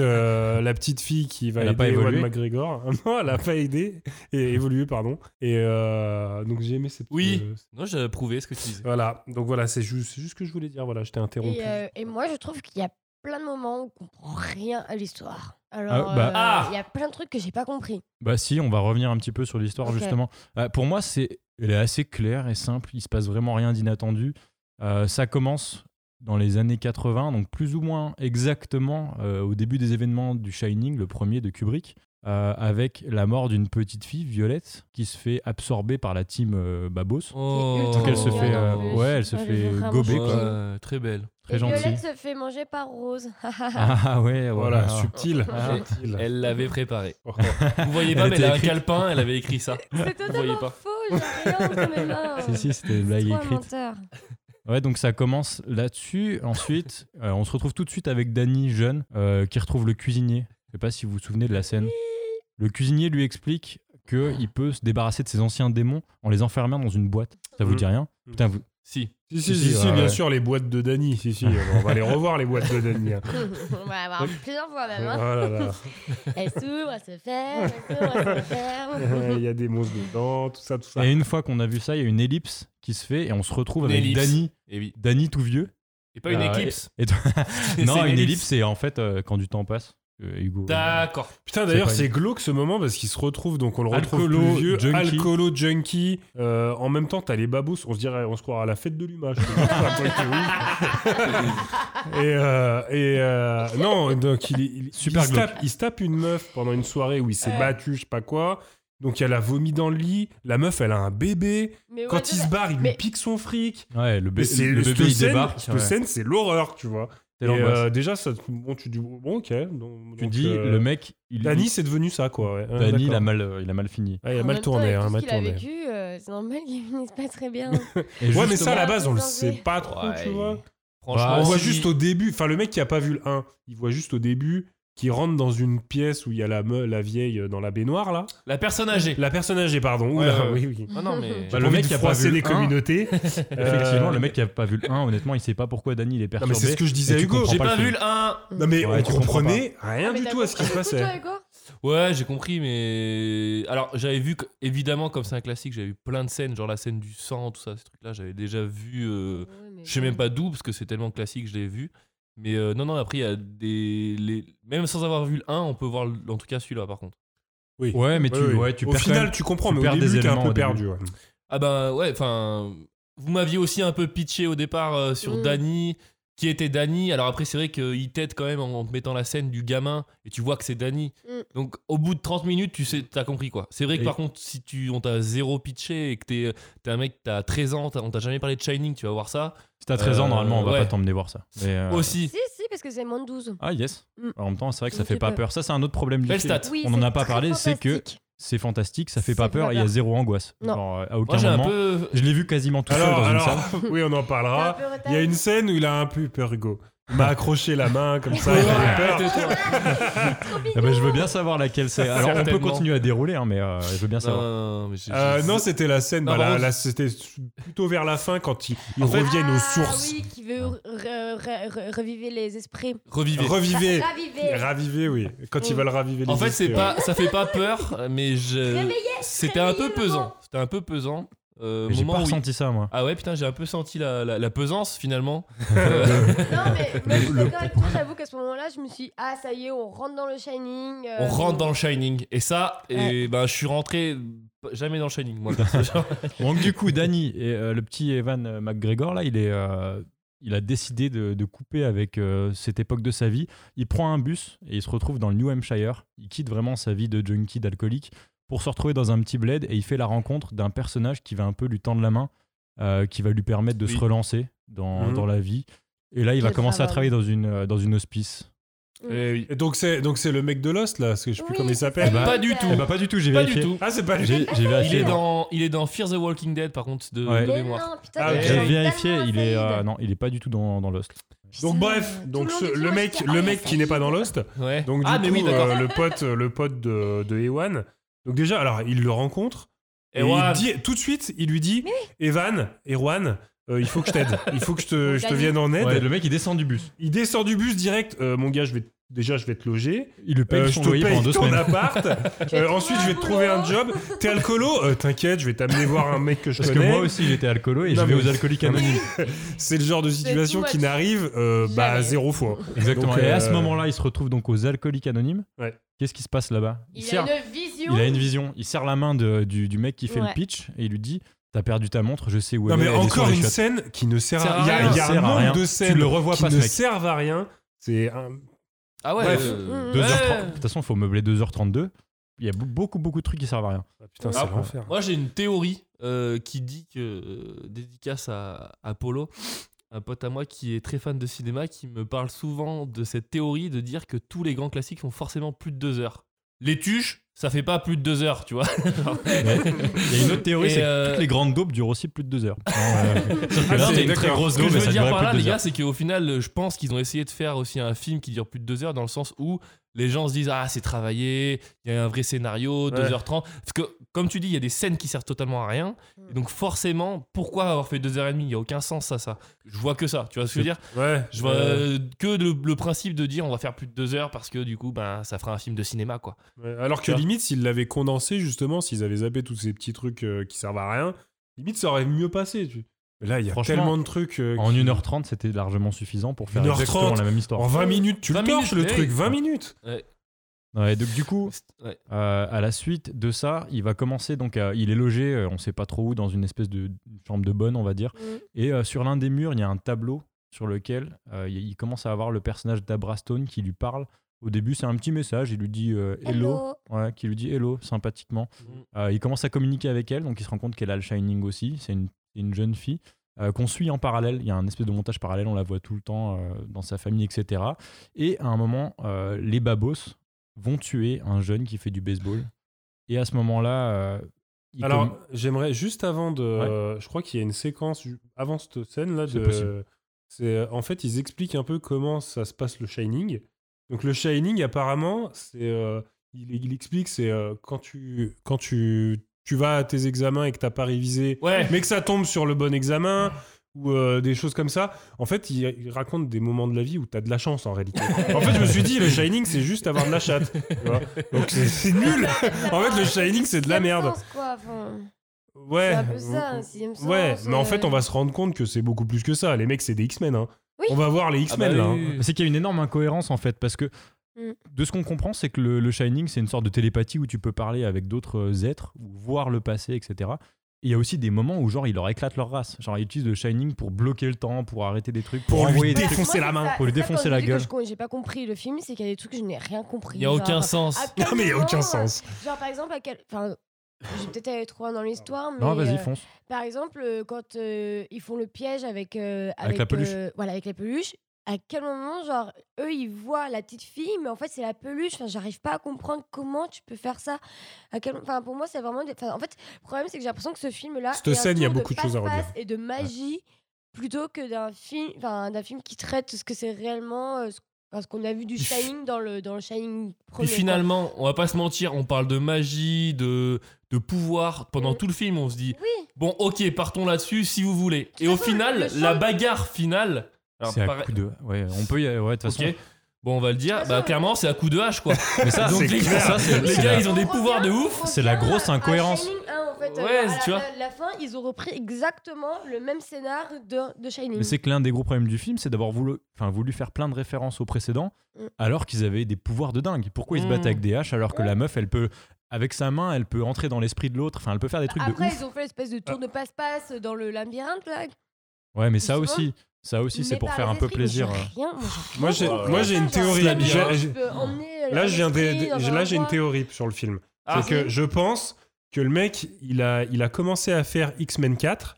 Speaker 9: euh, la petite fille qui va
Speaker 6: Elle a
Speaker 9: aider
Speaker 6: pas évolué.
Speaker 9: Ewan McGregor. non, elle a pas aidé et évolué, pardon. Et euh, donc j'ai aimé cette.
Speaker 7: Oui.
Speaker 9: euh,
Speaker 7: Non, j'ai approuvé ce que tu disais.
Speaker 9: voilà. Donc voilà, c'est juste, c'est juste ce que je voulais dire. Voilà, je t'ai interrompu.
Speaker 8: Et, euh, et moi, je trouve qu'il y a plein de moments où on comprend rien à l'histoire. Alors,
Speaker 6: Ah, bah-
Speaker 8: euh, il
Speaker 7: Ah
Speaker 8: y a plein de trucs que j'ai pas compris.
Speaker 6: Bah si, on va revenir un petit peu sur l'histoire
Speaker 8: Ok.
Speaker 6: justement. Euh, pour moi, c'est, elle est assez claire et simple. Il se passe vraiment rien d'inattendu. Euh, ça commence dans les années 80, donc plus ou moins exactement euh, au début des événements du Shining, le premier de Kubrick, euh, avec la mort d'une petite fille, Violette, qui se fait absorber par la team euh, Babos.
Speaker 8: Donc
Speaker 6: elle se
Speaker 8: Oh.
Speaker 6: fait, euh,
Speaker 8: Oh.
Speaker 6: ouais, elle se
Speaker 8: Elle est
Speaker 6: fait
Speaker 8: vraiment
Speaker 6: gober
Speaker 8: choquée.
Speaker 6: quoi.
Speaker 7: Ouais, très belle.
Speaker 6: Très
Speaker 8: et
Speaker 6: gentil.
Speaker 8: Violette se fait manger par Rose.
Speaker 6: Ah ouais,
Speaker 9: voilà,
Speaker 6: voilà.
Speaker 9: subtil.
Speaker 7: Ah.
Speaker 9: subtil.
Speaker 7: Elle l'avait préparé.
Speaker 9: Oh.
Speaker 7: Vous voyez pas,
Speaker 6: Elle
Speaker 7: mais
Speaker 6: était
Speaker 7: elle a un
Speaker 6: écrite.
Speaker 7: calepin, elle avait écrit ça.
Speaker 8: C'est
Speaker 7: voyez
Speaker 8: totalement
Speaker 7: pas.
Speaker 8: faux, j'ai rien entre mes mains.
Speaker 6: Si si, c'était une blague
Speaker 8: Trop un
Speaker 6: écrite.
Speaker 8: menteur.
Speaker 6: Ouais, donc ça commence là-dessus. Ensuite, euh, on se retrouve tout de suite avec Danny, jeune, euh, qui retrouve le cuisinier. Je sais pas si vous vous souvenez de la scène. Le cuisinier lui explique que il peut se débarrasser de ses anciens démons en les enfermant dans une boîte. Ça vous
Speaker 9: Mhm.
Speaker 6: dit rien
Speaker 9: Mhm.
Speaker 6: Putain, vous-
Speaker 7: Si.
Speaker 9: Si, si, si, si,
Speaker 7: ouais,
Speaker 9: bien
Speaker 7: ouais.
Speaker 9: sûr, les boîtes de Dany. Si, si, on va les revoir, les boîtes de Dany. hein.
Speaker 8: Bah, On va avoir plusieurs fois même. hein.
Speaker 9: Oh là là.
Speaker 8: Elle s'ouvre, elle se ferme, elle s'ouvre, elle se ferme.
Speaker 9: Euh, Il y a des monstres dedans, tout ça, tout ça.
Speaker 6: Et une fois qu'on a vu ça, il y a une ellipse qui se fait et on se retrouve
Speaker 9: Une
Speaker 6: avec
Speaker 9: ellipse.
Speaker 6: Dany.
Speaker 7: Et Eh oui.
Speaker 6: Dany tout vieux.
Speaker 7: Et pas une
Speaker 6: Ah,
Speaker 7: éclipse.
Speaker 6: et- et toi-
Speaker 7: C'est
Speaker 6: non,
Speaker 7: une
Speaker 6: une
Speaker 7: ellipse,
Speaker 6: ellipse, c'est en fait euh, quand du temps passe. euh, Hugo.
Speaker 7: D'accord.
Speaker 9: Putain, d'ailleurs,
Speaker 6: pas
Speaker 9: c'est
Speaker 6: une-
Speaker 9: glauque ce moment parce qu'il se retrouve, donc on le retrouve
Speaker 6: Alcoolo,
Speaker 9: plus vieux,
Speaker 6: junkie.
Speaker 9: alcoolo, junkie. Euh, en même temps, t'as les babous, on se dirait, on se croirait à la fête de l'humain. je te dis, c'est un truc de ouf. et euh, et euh, non, donc il, il- il
Speaker 6: Super
Speaker 9: se
Speaker 6: glauque.
Speaker 9: tape, il se tape une meuf pendant une soirée où il s'est
Speaker 8: Ouais.
Speaker 9: battu, je sais pas quoi. Donc elle a vomi dans le lit. La meuf, elle a un bébé.
Speaker 8: Mais ouais,
Speaker 9: Quand
Speaker 8: c'est
Speaker 9: il se
Speaker 8: ça.
Speaker 9: barre, il
Speaker 8: Mais-
Speaker 9: lui pique son fric.
Speaker 6: Ouais, le, bé-
Speaker 9: Et c'est
Speaker 6: le
Speaker 9: cette
Speaker 6: bébé il
Speaker 9: scène-
Speaker 6: débarque.
Speaker 9: Cette
Speaker 6: ouais.
Speaker 9: scène, c'est l'horreur, tu vois. Et,
Speaker 6: Telle angoisse.
Speaker 9: euh, déjà, ça, te- bon, tu dis bon, ok. donc-
Speaker 6: tu
Speaker 9: donc,
Speaker 6: dis,
Speaker 9: euh,
Speaker 6: le mec, il,
Speaker 9: Dany, c'est devenu ça, quoi. ouais. Ouais,
Speaker 6: Dany, il,
Speaker 9: Ah, d'accord.
Speaker 6: a mal, euh, il a mal fini.
Speaker 9: Ah, il a
Speaker 8: En
Speaker 9: mal
Speaker 8: même temps, avec
Speaker 9: tourné, hein,
Speaker 8: tout ce
Speaker 9: mal
Speaker 8: qu'il a
Speaker 9: tourné.
Speaker 8: vécu, euh, c'est normal qu'il finisse pas très bien.
Speaker 6: Et
Speaker 9: Ouais, mais
Speaker 6: justement-
Speaker 9: ça, à la base, on le
Speaker 6: hein,
Speaker 8: Ouais.
Speaker 9: sait pas trop, tu vois.
Speaker 6: Bah,
Speaker 7: Franchement,
Speaker 9: on voit
Speaker 7: si-
Speaker 9: juste au début, enfin, le mec qui a pas vu le 1, il voit juste au début qu'il rentre dans une pièce où il y a la, me- la vieille euh, dans la baignoire, là.
Speaker 7: La personne âgée.
Speaker 9: La personne âgée, pardon.
Speaker 7: Ouais, ouais,
Speaker 9: Oula,
Speaker 7: ouais.
Speaker 9: oui, oui.
Speaker 7: Ah Non, non, mais.
Speaker 6: Bah,
Speaker 9: le mec qui a pas
Speaker 6: vu
Speaker 9: les
Speaker 6: le un.
Speaker 9: communautés.
Speaker 6: Effectivement,
Speaker 9: Euh,
Speaker 6: le mec qui a pas vu le 1, honnêtement, il sait pas pourquoi Dany il est
Speaker 9: Non,
Speaker 6: perturbé.
Speaker 9: mais c'est ce que je disais
Speaker 6: et
Speaker 9: à
Speaker 6: tu
Speaker 9: Hugo.
Speaker 6: comprends
Speaker 7: J'ai
Speaker 6: pas
Speaker 7: pas
Speaker 6: le
Speaker 7: vu
Speaker 6: film.
Speaker 7: le 1.
Speaker 9: Non, mais
Speaker 6: Ouais,
Speaker 9: on
Speaker 6: tu comprends
Speaker 9: comprenait rien
Speaker 8: Ah, Mais
Speaker 9: du
Speaker 8: t'as
Speaker 9: tout à ce qui se
Speaker 8: compris beaucoup,
Speaker 9: passait.
Speaker 8: toi, Hugo
Speaker 7: Ouais, j'ai compris, mais. Alors, j'avais vu, que- évidemment, comme c'est un classique, j'avais vu plein de scènes, genre la scène du sang, tout ça, ces trucs-là. J'avais déjà vu. euh,
Speaker 8: Ouais, mais-
Speaker 7: Je sais même pas d'où, parce que c'est tellement classique, je l'ai vu. Mais euh, non, non, après, il y a des. les- Même sans avoir vu le 1, on peut voir, le- en tout cas, celui-là, par contre.
Speaker 9: Oui.
Speaker 6: Ouais, mais tu,
Speaker 9: Ouais, ouais.
Speaker 6: ouais, tu
Speaker 9: au
Speaker 6: perds quand
Speaker 9: final,
Speaker 6: même-
Speaker 9: tu comprends,
Speaker 6: tu
Speaker 9: mais au
Speaker 6: perds des
Speaker 9: début, t'es un
Speaker 6: éléments
Speaker 9: peu
Speaker 6: au début.
Speaker 9: perdu. ouais.
Speaker 7: Ah ben, ouais, enfin. Vous m'aviez aussi un peu pitché au départ euh, sur
Speaker 8: Mm.
Speaker 7: Danny, qui était Danny. Alors après, c'est vrai qu'il t'aide quand même en, en te mettant la scène du gamin, et tu vois que c'est Danny.
Speaker 8: Mm.
Speaker 7: Donc, au bout de 30 minutes, tu sais, t'as compris quoi. C'est vrai que
Speaker 6: Et-
Speaker 7: par contre, si tu, on t'a zéro pitché et que t'es t'es un mec, t'as 13 ans, t'as- on t'a jamais parlé de Shining, tu vas voir ça.
Speaker 6: Si t'as 13 ans,
Speaker 7: Euh,
Speaker 6: normalement, on va
Speaker 7: ouais.
Speaker 6: pas t'emmener voir ça. Mais, euh,
Speaker 7: Aussi.
Speaker 8: Si, si, parce que c'est moins de 12.
Speaker 6: Ah, yes.
Speaker 8: Mm.
Speaker 6: En même temps, c'est vrai que
Speaker 8: Il
Speaker 6: ça fait
Speaker 8: fait
Speaker 6: pas
Speaker 8: peur.
Speaker 6: peur. Ça, c'est un autre problème du
Speaker 7: Belle
Speaker 6: film.
Speaker 7: stat.
Speaker 8: Oui,
Speaker 6: On en
Speaker 8: c'est
Speaker 6: a pas
Speaker 8: très
Speaker 6: parlé, c'est que-
Speaker 8: fantastique.
Speaker 6: C'est fantastique, ça fait
Speaker 8: Ça
Speaker 6: pas
Speaker 8: fait
Speaker 6: peur
Speaker 8: pas
Speaker 6: et il y a
Speaker 8: peur.
Speaker 6: zéro angoisse.
Speaker 8: Non.
Speaker 6: Genre, euh, à aucun
Speaker 7: Moi, j'ai un
Speaker 6: moment.
Speaker 7: peu.
Speaker 6: Je l'ai vu quasiment tout seul
Speaker 9: Alors,
Speaker 6: dans une
Speaker 9: alors,
Speaker 6: salle.
Speaker 9: oui, on en parlera.
Speaker 8: T'es un peu retard.
Speaker 9: Ah, Il y a une scène où il a un peu peur, Hugo. Il m'a accroché la main comme ça, il avait peur.
Speaker 6: Ah bah, je veux bien savoir laquelle c'est. Alors, on peut
Speaker 7: Certainement. Bah,
Speaker 6: continuer à dérouler, hein, mais euh, je veux bien
Speaker 7: Non,
Speaker 6: savoir.
Speaker 7: non, mais j'ai-
Speaker 9: Euh,
Speaker 7: j'ai-
Speaker 9: non, c'était la scène.
Speaker 7: Non,
Speaker 9: bah,
Speaker 7: par
Speaker 9: la-
Speaker 7: contre-
Speaker 9: la- c'était plutôt vers la fin quand ils, ils
Speaker 7: En fait-
Speaker 9: reviennent aux
Speaker 8: Ah
Speaker 9: sources.
Speaker 8: oui, qui veut re- re- re- revivre les esprits.
Speaker 7: Revivez.
Speaker 9: Revivez.
Speaker 8: Raviver.
Speaker 9: Raviver, oui. Quand ils
Speaker 8: Oui.
Speaker 9: veulent raviver les
Speaker 7: En fait, c'est
Speaker 9: esprits,
Speaker 7: pas, ça fait pas peur, mais je.
Speaker 8: Réveillez,
Speaker 7: C'était un peu
Speaker 8: réveillez,
Speaker 7: pesant.
Speaker 8: maman.
Speaker 7: C'était un peu pesant. Euh,
Speaker 6: Mais J'ai
Speaker 7: moment
Speaker 6: pas
Speaker 7: où il-
Speaker 6: ressenti ça, moi.
Speaker 7: Ah ouais, putain, j'ai un peu senti la, la, la pesance finalement.
Speaker 8: Non, mais moi, je suis d'accord avec toi, j'avoue qu'à ce moment-là, je me suis dit, ah, ça y est, on rentre dans le Shining. euh,
Speaker 7: On rentre dans le Shining. Et ça, et
Speaker 8: Ouais.
Speaker 7: ben, je suis rentré jamais dans le Shining, moi.
Speaker 6: Donc du coup, Danny et euh, le petit Evan euh, McGregor là, il est, euh, il a décidé de, de couper avec euh, cette époque de sa vie. Il prend un bus et il se retrouve dans le New Hampshire. Il quitte vraiment sa vie de junkie, d'alcoolique, pour se retrouver dans un petit bled et il fait la rencontre d'un personnage qui va un peu lui tendre la main, euh, qui va lui permettre de
Speaker 7: Oui.
Speaker 6: se relancer dans,
Speaker 9: Mhm.
Speaker 6: dans la vie. Et là, il
Speaker 8: Le
Speaker 6: va commencer à
Speaker 8: travail.
Speaker 6: travailler dans une, euh, dans une hospice.
Speaker 7: Et oui.
Speaker 9: Et donc c'est donc c'est le mec de Lost là, parce que je sais plus
Speaker 8: Oui,
Speaker 9: comment il
Speaker 8: c'est ça,
Speaker 9: s'appelle.
Speaker 8: il
Speaker 7: Bah, pas du tout.
Speaker 6: Eh ben, pas du tout, j'ai
Speaker 7: Pas du
Speaker 6: vérifié.
Speaker 7: tout.
Speaker 9: Ah, c'est pas lui.
Speaker 6: J'ai j'ai
Speaker 7: Il
Speaker 6: vérifié.
Speaker 7: est, dans, il est dans Fear the Walking Dead, par contre, de,
Speaker 6: Ouais.
Speaker 7: de
Speaker 8: mais
Speaker 7: mémoire.
Speaker 8: non, putain,
Speaker 9: Ah,
Speaker 8: mais
Speaker 9: ok.
Speaker 8: j'ai
Speaker 6: J'ai vérifié,
Speaker 8: tellement
Speaker 6: il est
Speaker 8: envie.
Speaker 6: euh, non, il est pas du tout dans, dans Lost.
Speaker 9: Donc
Speaker 8: Putain,
Speaker 9: bref,
Speaker 8: tout
Speaker 9: donc
Speaker 8: long
Speaker 9: ce-
Speaker 8: du film,
Speaker 9: le
Speaker 8: moi,
Speaker 9: mec
Speaker 8: j'étais,
Speaker 9: le
Speaker 8: ah,
Speaker 9: mec
Speaker 8: ça
Speaker 9: qui
Speaker 8: y
Speaker 9: n'est
Speaker 8: est.
Speaker 9: pas dans Lost.
Speaker 7: Ouais.
Speaker 9: Donc du
Speaker 7: ah, mais
Speaker 9: coup,
Speaker 7: oui, d'accord.
Speaker 9: euh, le pote le pote de de Ewan. Donc déjà, alors il le rencontre et,
Speaker 7: Ewan.
Speaker 9: il dit tout de suite, il lui dit Evan, Ewan, euh, il faut que je t'aide, il faut que je te, je te
Speaker 8: Danny.
Speaker 9: vienne en aide.
Speaker 6: Ouais, ben, le mec il descend du bus.
Speaker 9: Il descend du bus direct. euh, mon gars, je vais déjà, je vais te loger.
Speaker 6: Il lui paye
Speaker 9: Euh, je
Speaker 6: son
Speaker 9: te
Speaker 6: loyer
Speaker 9: paye
Speaker 6: pendant deux
Speaker 9: ton
Speaker 6: semaines.
Speaker 9: appart.
Speaker 8: vais
Speaker 9: Euh,
Speaker 8: trouver
Speaker 9: ensuite, je
Speaker 8: un
Speaker 9: vais te trouver un
Speaker 8: boulot. hein.
Speaker 9: job. T'es alcoolo Euh, T'inquiète, je vais t'amener voir un mec que je
Speaker 6: Parce que
Speaker 9: connais.
Speaker 6: moi aussi j'étais alcoolo et
Speaker 9: Non,
Speaker 6: je vais
Speaker 9: mais-
Speaker 6: aux alcooliques anonymes.
Speaker 9: C'est le genre de situation
Speaker 8: too
Speaker 9: qui
Speaker 8: much.
Speaker 9: n'arrive euh, bah,
Speaker 8: Jamais.
Speaker 9: zéro fois.
Speaker 6: Exactement.
Speaker 9: Donc,
Speaker 6: et à
Speaker 9: euh,
Speaker 6: ce moment-là, il se retrouve donc aux alcooliques anonymes.
Speaker 9: Ouais.
Speaker 6: Qu'est-ce qui se passe là-bas
Speaker 8: Il,
Speaker 6: serre-
Speaker 8: a une vision.
Speaker 6: il a une vision. Il serre la main de- du, du mec qui fait le
Speaker 8: Ouais.
Speaker 6: pitch et il lui dit T'as perdu ta montre, je sais où
Speaker 9: Non,
Speaker 6: elle est.
Speaker 9: mais
Speaker 6: elle est sur
Speaker 9: encore
Speaker 6: les
Speaker 9: une
Speaker 6: chiottes.
Speaker 9: scène qui ne sert
Speaker 7: Sert
Speaker 9: à
Speaker 7: à
Speaker 9: rien. Il y a-
Speaker 7: rien.
Speaker 9: Il y a
Speaker 6: Sert
Speaker 9: un
Speaker 6: à rien.
Speaker 9: nombre de
Speaker 6: Tu
Speaker 9: scènes
Speaker 6: le revois
Speaker 9: qui
Speaker 6: pas, ce
Speaker 9: ne
Speaker 6: mec.
Speaker 9: servent à rien. C'est un-
Speaker 7: Ah ouais.
Speaker 9: Bref.
Speaker 7: euh, ouais.
Speaker 8: Mm.
Speaker 6: 2h30. De toute façon, il faut meubler 2h32. Il y a beaucoup, beaucoup de trucs qui servent à rien.
Speaker 9: Ah, putain,
Speaker 7: Ah,
Speaker 9: c'est
Speaker 7: bon.
Speaker 9: l'enfer.
Speaker 7: Moi, j'ai une théorie euh, qui dit que, euh, dédicace à, à Polo, un pote à moi qui est très fan de cinéma, qui me parle souvent de cette théorie de dire que tous les grands classiques font forcément plus de deux heures. Les tuches, ça fait pas plus de deux heures, tu vois.
Speaker 6: Ouais. Il y a une autre théorie
Speaker 7: Et,
Speaker 6: c'est que
Speaker 7: euh,
Speaker 6: toutes les grandes daubes durent aussi plus de 2h. Sauf que
Speaker 7: Ah,
Speaker 6: là,
Speaker 7: c'est
Speaker 6: c'est une
Speaker 9: d'accord.
Speaker 6: très grosse
Speaker 7: Ce que
Speaker 6: daube
Speaker 7: je
Speaker 6: et
Speaker 7: veux
Speaker 6: ça
Speaker 7: dire
Speaker 6: durait
Speaker 7: par là,
Speaker 6: plus de
Speaker 7: les
Speaker 6: 2
Speaker 7: gars,
Speaker 6: heures.
Speaker 7: c'est qu'au final, je pense qu'ils ont essayé de faire aussi un film qui dure plus de deux heures, dans le sens où les gens se disent ah c'est travaillé, il y a un vrai scénario,
Speaker 13: Ouais.
Speaker 7: 2h30. Parce que comme tu dis, il y a des scènes qui servent totalement à rien. Et donc forcément, pourquoi avoir fait 2h30 Il n'y a aucun sens ça ça. Je vois que ça, tu vois ce que je veux dire
Speaker 9: Ouais.
Speaker 7: Je vois
Speaker 9: Ouais.
Speaker 7: euh, que le, le principe de dire on va faire plus de 2 heures parce que du coup ben ça fera un film de cinéma quoi.
Speaker 9: Ouais, alors que
Speaker 7: Tu vois
Speaker 9: limite, s'ils l'avaient condensé, justement, s'ils avaient zappé tous ces petits trucs euh, qui servent à rien, limite, ça aurait mieux passé. tu- Mais là, il y a
Speaker 6: Franchement,
Speaker 9: tellement de trucs. euh,
Speaker 6: En
Speaker 9: qui-
Speaker 6: 1h30, c'était largement suffisant pour faire
Speaker 9: 1h30,
Speaker 6: exactement la même histoire.
Speaker 9: En 20 minutes, tu
Speaker 7: 20
Speaker 9: le torches le
Speaker 7: minutes,
Speaker 9: truc,
Speaker 7: ouais.
Speaker 9: 20 minutes.
Speaker 7: Ouais.
Speaker 6: Ouais, donc du coup,
Speaker 7: ouais.
Speaker 6: euh, à la suite de ça, il va commencer donc à- il est logé, euh, on sait pas trop où, dans une espèce de une chambre de bonne, on va dire. Et euh, sur l'un des murs, il y a un tableau sur lequel euh, il il commence à avoir le personnage d'Abrastone qui lui parle. Au début, c'est un petit message, il lui dit euh, hello, Ouais, qui lui dit hello sympathiquement. Euh, il commence à communiquer avec elle, donc il se rend compte qu'elle a le Shining aussi. C'est une, une jeune fille euh, qu'on suit en parallèle. Il y a un espèce de montage parallèle, on la voit tout le temps euh, dans sa famille, etc. Et à un moment, euh, les babos vont tuer un jeune qui fait du baseball. Et à ce moment-là, euh, il
Speaker 9: Alors,
Speaker 6: commu-
Speaker 9: j'aimerais juste avant de. euh, je crois qu'il y a une séquence ju- avant cette scène-là.
Speaker 6: C'est
Speaker 9: de-
Speaker 6: possible.
Speaker 9: C'est euh, en fait, ils expliquent un peu comment ça se passe le Shining. Donc le Shining, apparemment, c'est euh, il, il explique c'est euh, quand tu quand tu tu vas à tes examens et que t'as pas révisé,
Speaker 7: Ouais.
Speaker 9: mais que ça tombe sur le bon examen ou euh, des choses comme ça. En fait, il, il raconte des moments de la vie où t'as de la chance en réalité. en fait, je me suis dit le Shining, c'est juste avoir de la chatte. tu vois. Donc c'est- c'est nul. en fait, le Shining, c'est de la merde.
Speaker 8: Sens, quoi, enfin.
Speaker 9: Ouais.
Speaker 8: C'est un peu ça, un sixième sens,
Speaker 9: Ouais, mais
Speaker 8: euh.
Speaker 9: en fait, on va se rendre compte que c'est beaucoup plus que ça. Les mecs, c'est des X-Men. hein.
Speaker 8: Oui.
Speaker 9: On va voir les X-Men là. hein.
Speaker 6: C'est qu'il y a une énorme incohérence en fait, parce que
Speaker 8: Mm.
Speaker 6: de ce qu'on comprend, c'est que le, le Shining, c'est une sorte de télépathie où tu peux parler avec d'autres euh, êtres, ou voir le passé, etc. Et Il y a aussi des moments où genre il leur éclate leur race. Genre ils utilisent le Shining pour bloquer le temps, pour arrêter des trucs,
Speaker 9: Pour lui
Speaker 6: envoyer des
Speaker 9: défoncer
Speaker 6: trucs,
Speaker 9: la main.
Speaker 6: pour lui
Speaker 8: Ça, quand
Speaker 6: défoncer
Speaker 8: je
Speaker 6: la
Speaker 8: dis que
Speaker 6: gueule.
Speaker 8: je con- J'ai pas compris le film, c'est qu'il y a des trucs que je n'ai rien compris.
Speaker 6: Il y a
Speaker 8: Genre,
Speaker 6: aucun
Speaker 8: à
Speaker 6: sens.
Speaker 8: quel
Speaker 9: Non, mais il y a aucun
Speaker 8: moment,
Speaker 9: sens.
Speaker 8: euh, Genre, par exemple, à quel. Enfin, je vais peut-être aller trop loin dans l'histoire, mais.
Speaker 6: Non, vas-y,
Speaker 8: euh,
Speaker 6: fonce.
Speaker 8: Par exemple, euh, quand euh, ils font le piège avec. euh,
Speaker 6: Avec la peluche.
Speaker 8: euh, voilà, avec la peluche. À quel moment, genre, eux, ils voient la petite fille, mais en fait, c'est la peluche. Enfin, j'arrive pas à comprendre comment tu peux faire ça. À quel... Enfin, pour moi, c'est vraiment. des- Enfin, en fait, le problème, c'est que j'ai l'impression que ce film-là.
Speaker 9: Cette
Speaker 8: est un
Speaker 9: scène, il y a
Speaker 8: tour
Speaker 9: beaucoup de choses à redire.
Speaker 8: passe-passe Et de magie plutôt que d'un film, enfin, d'un film qui traite ce que c'est réellement, euh, ce enfin, ce qu'on a vu du Shining dans le dans le Shining
Speaker 7: Puis
Speaker 8: premier. quoi.
Speaker 7: finalement, on va pas se mentir, on parle de magie, de, de pouvoir.
Speaker 8: Mm.
Speaker 7: Pendant tout le film, on se dit bon, ok, partons là-dessus si vous voulez. Et au final, la bagarre finale. alors,
Speaker 6: C'est à
Speaker 7: pareil-
Speaker 6: coup de. Ouais, on peut y aller. Ouais, de toute façon.
Speaker 7: Ok. Bon, on va le dire, bah clairement, c'est à coup de hache quoi.
Speaker 6: Mais ça,
Speaker 7: Donc,
Speaker 6: c'est
Speaker 7: les gars,
Speaker 6: clair. Ça, c'est-
Speaker 7: les
Speaker 6: c'est
Speaker 7: gars,
Speaker 6: la-
Speaker 7: ils ont des pouvoirs de ouf.
Speaker 6: C'est la grosse incohérence.
Speaker 8: Shining 1, en fait, euh,
Speaker 7: Ouais,
Speaker 8: à la,
Speaker 7: tu vois.
Speaker 8: la- la fin, ils ont repris exactement le même scénar de, de Shining.
Speaker 6: Mais c'est que l'un des gros problèmes du film, c'est d'avoir voulu, enfin, voulu faire plein de références au précédent,
Speaker 8: Mm.
Speaker 6: alors qu'ils avaient des pouvoirs de dingue. Pourquoi ils se battent
Speaker 8: Mm.
Speaker 6: avec des haches alors que la meuf, elle peut, avec sa main, elle peut entrer dans l'esprit de l'autre. Enfin, elle peut faire des trucs
Speaker 8: Après,
Speaker 6: de ouf. Euh.
Speaker 8: ils ont fait l'espèce de tour de passe-passe dans le labyrinthe là.
Speaker 6: Ouais, mais ça
Speaker 8: Souvent.
Speaker 6: aussi, ça aussi, c'est
Speaker 8: Mais
Speaker 6: pour
Speaker 8: par
Speaker 6: faire
Speaker 8: les
Speaker 6: un peu
Speaker 8: esprits, mais j'ai
Speaker 6: plaisir. hein. euh.
Speaker 8: rien, moi, j'ai
Speaker 9: Moi,
Speaker 8: rien
Speaker 9: j'ai-
Speaker 8: compris.
Speaker 9: moi, j'ai une
Speaker 8: Genre,
Speaker 9: théorie.
Speaker 8: la
Speaker 9: J'ai-
Speaker 8: meuf
Speaker 9: j'ai-
Speaker 8: peut emmener
Speaker 9: Là, je viens de-
Speaker 8: l'esprit dans un
Speaker 9: là, j'ai une
Speaker 8: endroit.
Speaker 9: théorie sur le film.
Speaker 8: Ah.
Speaker 9: C'est que je pense que le mec, il a, il a commencé à faire X-Men 4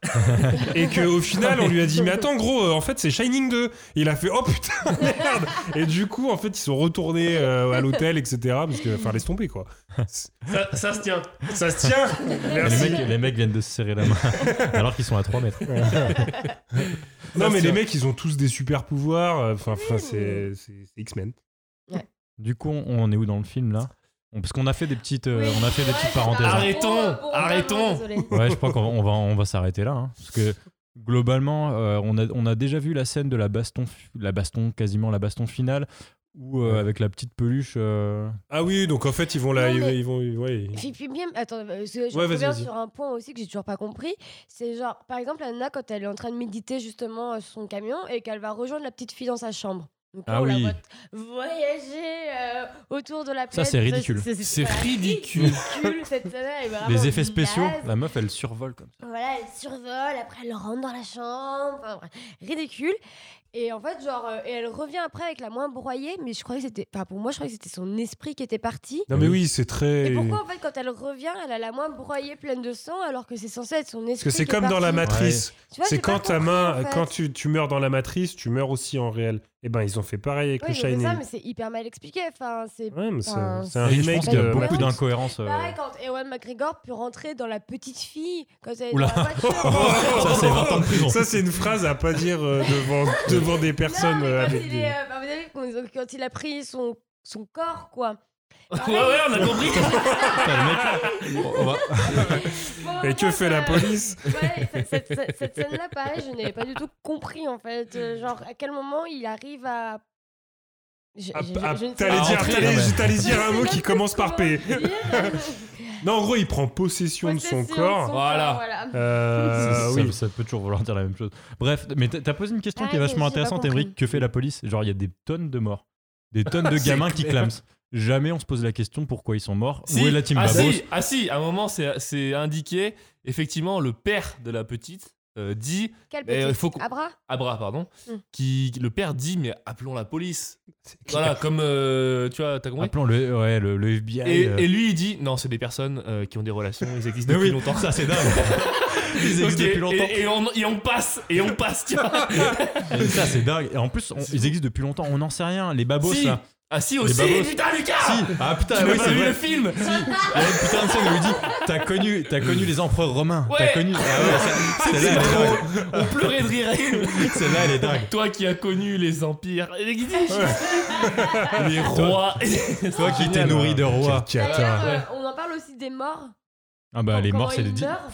Speaker 9: et qu'au final, on lui a dit Mais attends, gros, euh, en fait, c'est Shining 2. Et il a fait Oh putain, merde Et du coup, en fait, ils sont retournés euh, à l'hôtel, etc. Parce que, enfin, laisse tomber, quoi.
Speaker 7: Ça, se tient.
Speaker 9: Ça se tient Merci.
Speaker 6: Les mecs, les mecs viennent de se serrer la main alors qu'ils sont à 3 mètres.
Speaker 9: Non,
Speaker 6: Ça
Speaker 9: mais
Speaker 6: se
Speaker 9: les
Speaker 6: tient.
Speaker 9: mecs, ils ont tous des super pouvoirs. euh, Enfin, enfin, c'est c'est- c'est X-Men.
Speaker 6: Du coup, on on est où dans le film là On- Parce qu'on a fait des petites, euh,
Speaker 7: Oui.
Speaker 6: on a fait des petites
Speaker 7: ça va.
Speaker 6: parenthèses. hein.
Speaker 7: Arrêtons, Pour- pour- arrêtons. désolé.
Speaker 6: Ouais, je crois qu'on va, on va, on va s'arrêter là, hein. parce que globalement, euh, on a, on a déjà vu la scène de la baston, fi- la baston quasiment la baston finale, où euh, avec la petite peluche. euh,
Speaker 9: Ah oui, donc en fait, ils vont là.
Speaker 8: Non,
Speaker 9: ils-
Speaker 8: mais-
Speaker 9: Ils vont, ouais, ils-
Speaker 8: Puis, puis bien, attends, euh, parce que je
Speaker 9: Ouais, vas-y,
Speaker 8: reviens
Speaker 9: vas-y.
Speaker 8: sur un point aussi que j'ai toujours pas compris. C'est genre, par exemple, Anna, quand elle est en train de méditer justement euh, sur son camion et qu'elle va rejoindre la petite fille dans sa chambre. Donc là,
Speaker 6: Ah
Speaker 8: on la
Speaker 6: oui.
Speaker 8: voit voyager euh, autour de la planète.
Speaker 6: c'est ridicule. C'est
Speaker 8: voilà,
Speaker 6: ridicule.
Speaker 8: ridicule, cette scène-là, elle est vraiment
Speaker 6: les effets spéciaux,
Speaker 8: naze.
Speaker 6: la meuf elle survole comme ça.
Speaker 8: Voilà, elle survole, après elle rentre dans la chambre. enfin, bref, ridicule. Et en fait, genre, euh, et elle revient après avec la moins broyée, mais je croyais que c'était. Enfin, pour moi, je croyais que c'était son esprit qui était parti.
Speaker 9: Non, mais oui, c'est très.
Speaker 8: Et pourquoi en fait quand elle revient, elle a la main broyée pleine de sang alors que c'est censé être son esprit
Speaker 9: Parce que c'est
Speaker 8: qui est
Speaker 9: comme dans la
Speaker 8: parti
Speaker 9: matrice.
Speaker 8: Tu vois,
Speaker 9: C'est
Speaker 8: j'ai pas
Speaker 9: quand ta
Speaker 8: compris,
Speaker 9: main,
Speaker 8: en fait.
Speaker 9: quand tu, tu meurs dans la matrice, tu meurs aussi en réel. Et ben ils ont fait pareil avec
Speaker 8: Oui,
Speaker 9: le
Speaker 8: ils ont fait
Speaker 9: Shining.
Speaker 8: ça, mais c'est hyper mal expliqué. Enfin, c'est.
Speaker 9: Ouais, mais c'est-
Speaker 8: enfin,
Speaker 9: c'est un
Speaker 6: Et je
Speaker 9: remake
Speaker 6: pense qu'il y a
Speaker 9: de
Speaker 6: beaucoup
Speaker 9: Matrix.
Speaker 6: d'incohérences, euh.
Speaker 8: Pareil quand Ewan McGregor peut rentrer dans la petite fille quand elle est
Speaker 9: Oula. Oh,
Speaker 8: dans la voiture.
Speaker 6: Ça, c'est 20 ans de prison.
Speaker 9: Ça, c'est une phrase à pas dire euh, devant, devant des personnes euh,
Speaker 8: Quand
Speaker 9: avec
Speaker 8: il
Speaker 9: des-
Speaker 8: est, euh, bah, vous savez, quand ils ont- quand il a pris son son corps, quoi.
Speaker 7: Ouais,
Speaker 9: Oh,
Speaker 7: ouais, on a compris.
Speaker 9: Et que fait la police
Speaker 8: euh, Ouais, cette, cette- cette- cette scène-là, pareil, je n'avais pas du tout compris en fait. Euh, Genre, à quel moment il arrive à. Je-
Speaker 9: Ah,
Speaker 8: je-
Speaker 9: ah,
Speaker 8: je ne sais
Speaker 9: T'allais
Speaker 8: pas.
Speaker 9: dire,
Speaker 8: Rentrer,
Speaker 9: t'allais-
Speaker 8: non, mais-
Speaker 9: t'allais dire
Speaker 8: Je
Speaker 9: un mot
Speaker 8: sais
Speaker 9: qui
Speaker 8: même
Speaker 9: commence
Speaker 8: plus
Speaker 9: par
Speaker 8: comment
Speaker 9: P. Non, en gros, il prend possession, de son
Speaker 8: Possession de
Speaker 9: corps.
Speaker 8: son Voilà. corps, voilà.
Speaker 9: Euh,
Speaker 6: Ça-
Speaker 9: oui.
Speaker 6: ça, peut toujours vouloir dire la même chose. Bref, mais t'as t'as posé une question qui est
Speaker 8: Ah,
Speaker 6: vachement
Speaker 8: j'ai pas
Speaker 6: intéressante,
Speaker 8: compris.
Speaker 6: Émeric. Que fait la police Genre, il y a des tonnes de morts, des tonnes de
Speaker 7: C'est
Speaker 6: gamins qui
Speaker 7: clair.
Speaker 6: clament. Jamais on se pose la question pourquoi ils sont morts.
Speaker 7: Si.
Speaker 6: Où est la team
Speaker 7: ah,
Speaker 6: Babos
Speaker 7: si, ah si, à un moment, c'est- c'est indiqué. Effectivement, le père de la petite euh, dit.
Speaker 8: Quelle
Speaker 7: mais, euh,
Speaker 8: petite
Speaker 7: faut qu'on-
Speaker 8: Abra
Speaker 7: Abra, pardon.
Speaker 8: Hmm.
Speaker 7: Qui, le père dit, mais appelons la police.
Speaker 6: clair.
Speaker 7: Voilà, comme. euh, tu vois, t'as compris
Speaker 6: Appelons le, ouais, le, le FBI.
Speaker 7: Et,
Speaker 6: euh,
Speaker 7: et lui, il dit non, c'est des personnes euh, qui ont des relations, ils existent
Speaker 6: Mais oui,
Speaker 7: depuis longtemps.
Speaker 6: ça, c'est dingue. Ils existent
Speaker 7: Ok,
Speaker 6: depuis longtemps.
Speaker 7: Et, et on, et on passe, et on passe, tu vois.
Speaker 6: Et ça, c'est dingue. Et en plus, on- ils existent depuis longtemps. On n'en sait rien. Les babos,
Speaker 7: Si.
Speaker 6: là.
Speaker 7: Ah, si,
Speaker 6: Les
Speaker 7: aussi,
Speaker 6: babos.
Speaker 7: putain, Lucas
Speaker 6: Si. Ah, putain,
Speaker 7: Tu
Speaker 6: oui,
Speaker 7: n'as pas
Speaker 6: c'est
Speaker 7: vu
Speaker 6: vrai.
Speaker 7: le film
Speaker 6: Il y a une putain de scène où il dit T'as connu, t'as connu les empereurs romains.
Speaker 7: Ouais.
Speaker 6: T'as connu. Ah ouais, ça- celle-là, elle est dingue.
Speaker 7: On pleurait de rire.
Speaker 6: Celle-là, elle est dingue.
Speaker 7: Toi qui as connu les empires, les rois.
Speaker 6: Toi qui t'es nourri de rois.
Speaker 8: D'ailleurs, euh, on en parle aussi des morts.
Speaker 6: Ah bah, les
Speaker 8: Comment
Speaker 6: morts, c'est
Speaker 8: ils
Speaker 6: les dix.
Speaker 8: meurent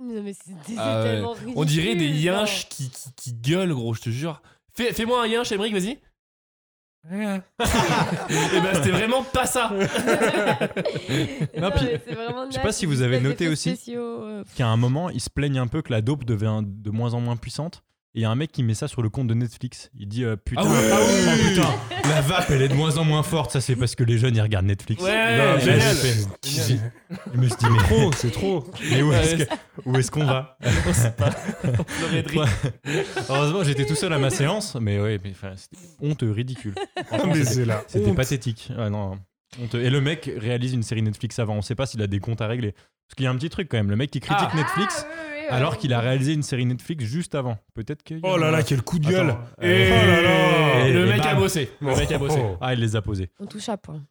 Speaker 8: Non, mais c'est c'est
Speaker 7: Ah ouais.
Speaker 8: tellement
Speaker 7: On dirait des
Speaker 8: ridicule, genre.
Speaker 7: yinches qui, qui, qui gueulent, gros, je te jure. Fais- Fais-moi un yinche, Emmerich, vas-y. Et ben c'était vraiment pas ça.
Speaker 6: Non,
Speaker 8: Non,
Speaker 6: puis,
Speaker 8: mais c'est vraiment
Speaker 6: je sais
Speaker 8: naze,
Speaker 6: pas si
Speaker 8: ils
Speaker 6: vous
Speaker 8: font
Speaker 6: avez
Speaker 8: des
Speaker 6: noté
Speaker 8: effets
Speaker 6: aussi.
Speaker 8: spéciaux, euh,
Speaker 6: Qu'à un moment, ils se plaignent un peu que la dope devient de moins en moins puissante. Et il y a un mec qui met ça sur le compte de Netflix. Il dit euh, Putain,
Speaker 7: Ah ouais.
Speaker 6: ah oui,
Speaker 7: Ah oui.
Speaker 6: oh, putain, la vape, elle est de moins en moins forte. Ça, c'est parce que les jeunes, ils regardent Netflix.
Speaker 7: Ouais,
Speaker 6: Et là,
Speaker 7: génial.
Speaker 6: j'ai fait,
Speaker 7: Génial.
Speaker 6: Je me suis dit, mais
Speaker 9: Trop, c'est trop.
Speaker 6: Mais où est-ce
Speaker 7: Ouais,
Speaker 6: que- où est-ce qu'on va
Speaker 7: On sait pas. On pleurait de rire.
Speaker 6: Ouais. Heureusement, j'étais tout seul à ma séance, mais ouais, mais enfin, c'était honte ridicule. Franchement,
Speaker 9: Ah, Mais
Speaker 6: c'était-
Speaker 9: c'est la
Speaker 6: C'était
Speaker 9: honte.
Speaker 6: pathétique. Ouais, non, honte. Et le mec réalise une série Netflix avant. On sait pas s'il a des comptes à régler. Parce qu'il y a un petit truc quand même. Le mec qui critique
Speaker 7: Ah.
Speaker 6: Netflix
Speaker 8: Ah, oui, oui, oui.
Speaker 6: alors qu'il a réalisé une série Netflix juste avant. Peut-être que.
Speaker 9: Oh là là, quel coup de gueule.
Speaker 6: Attends. Eh,
Speaker 9: Et- Oh là là.
Speaker 6: Et-
Speaker 7: Le
Speaker 6: et
Speaker 7: mec
Speaker 6: bam.
Speaker 7: a bossé. Le mec a
Speaker 9: Oh.
Speaker 7: bossé.
Speaker 6: Ah, il les a posés.
Speaker 8: On touche à point.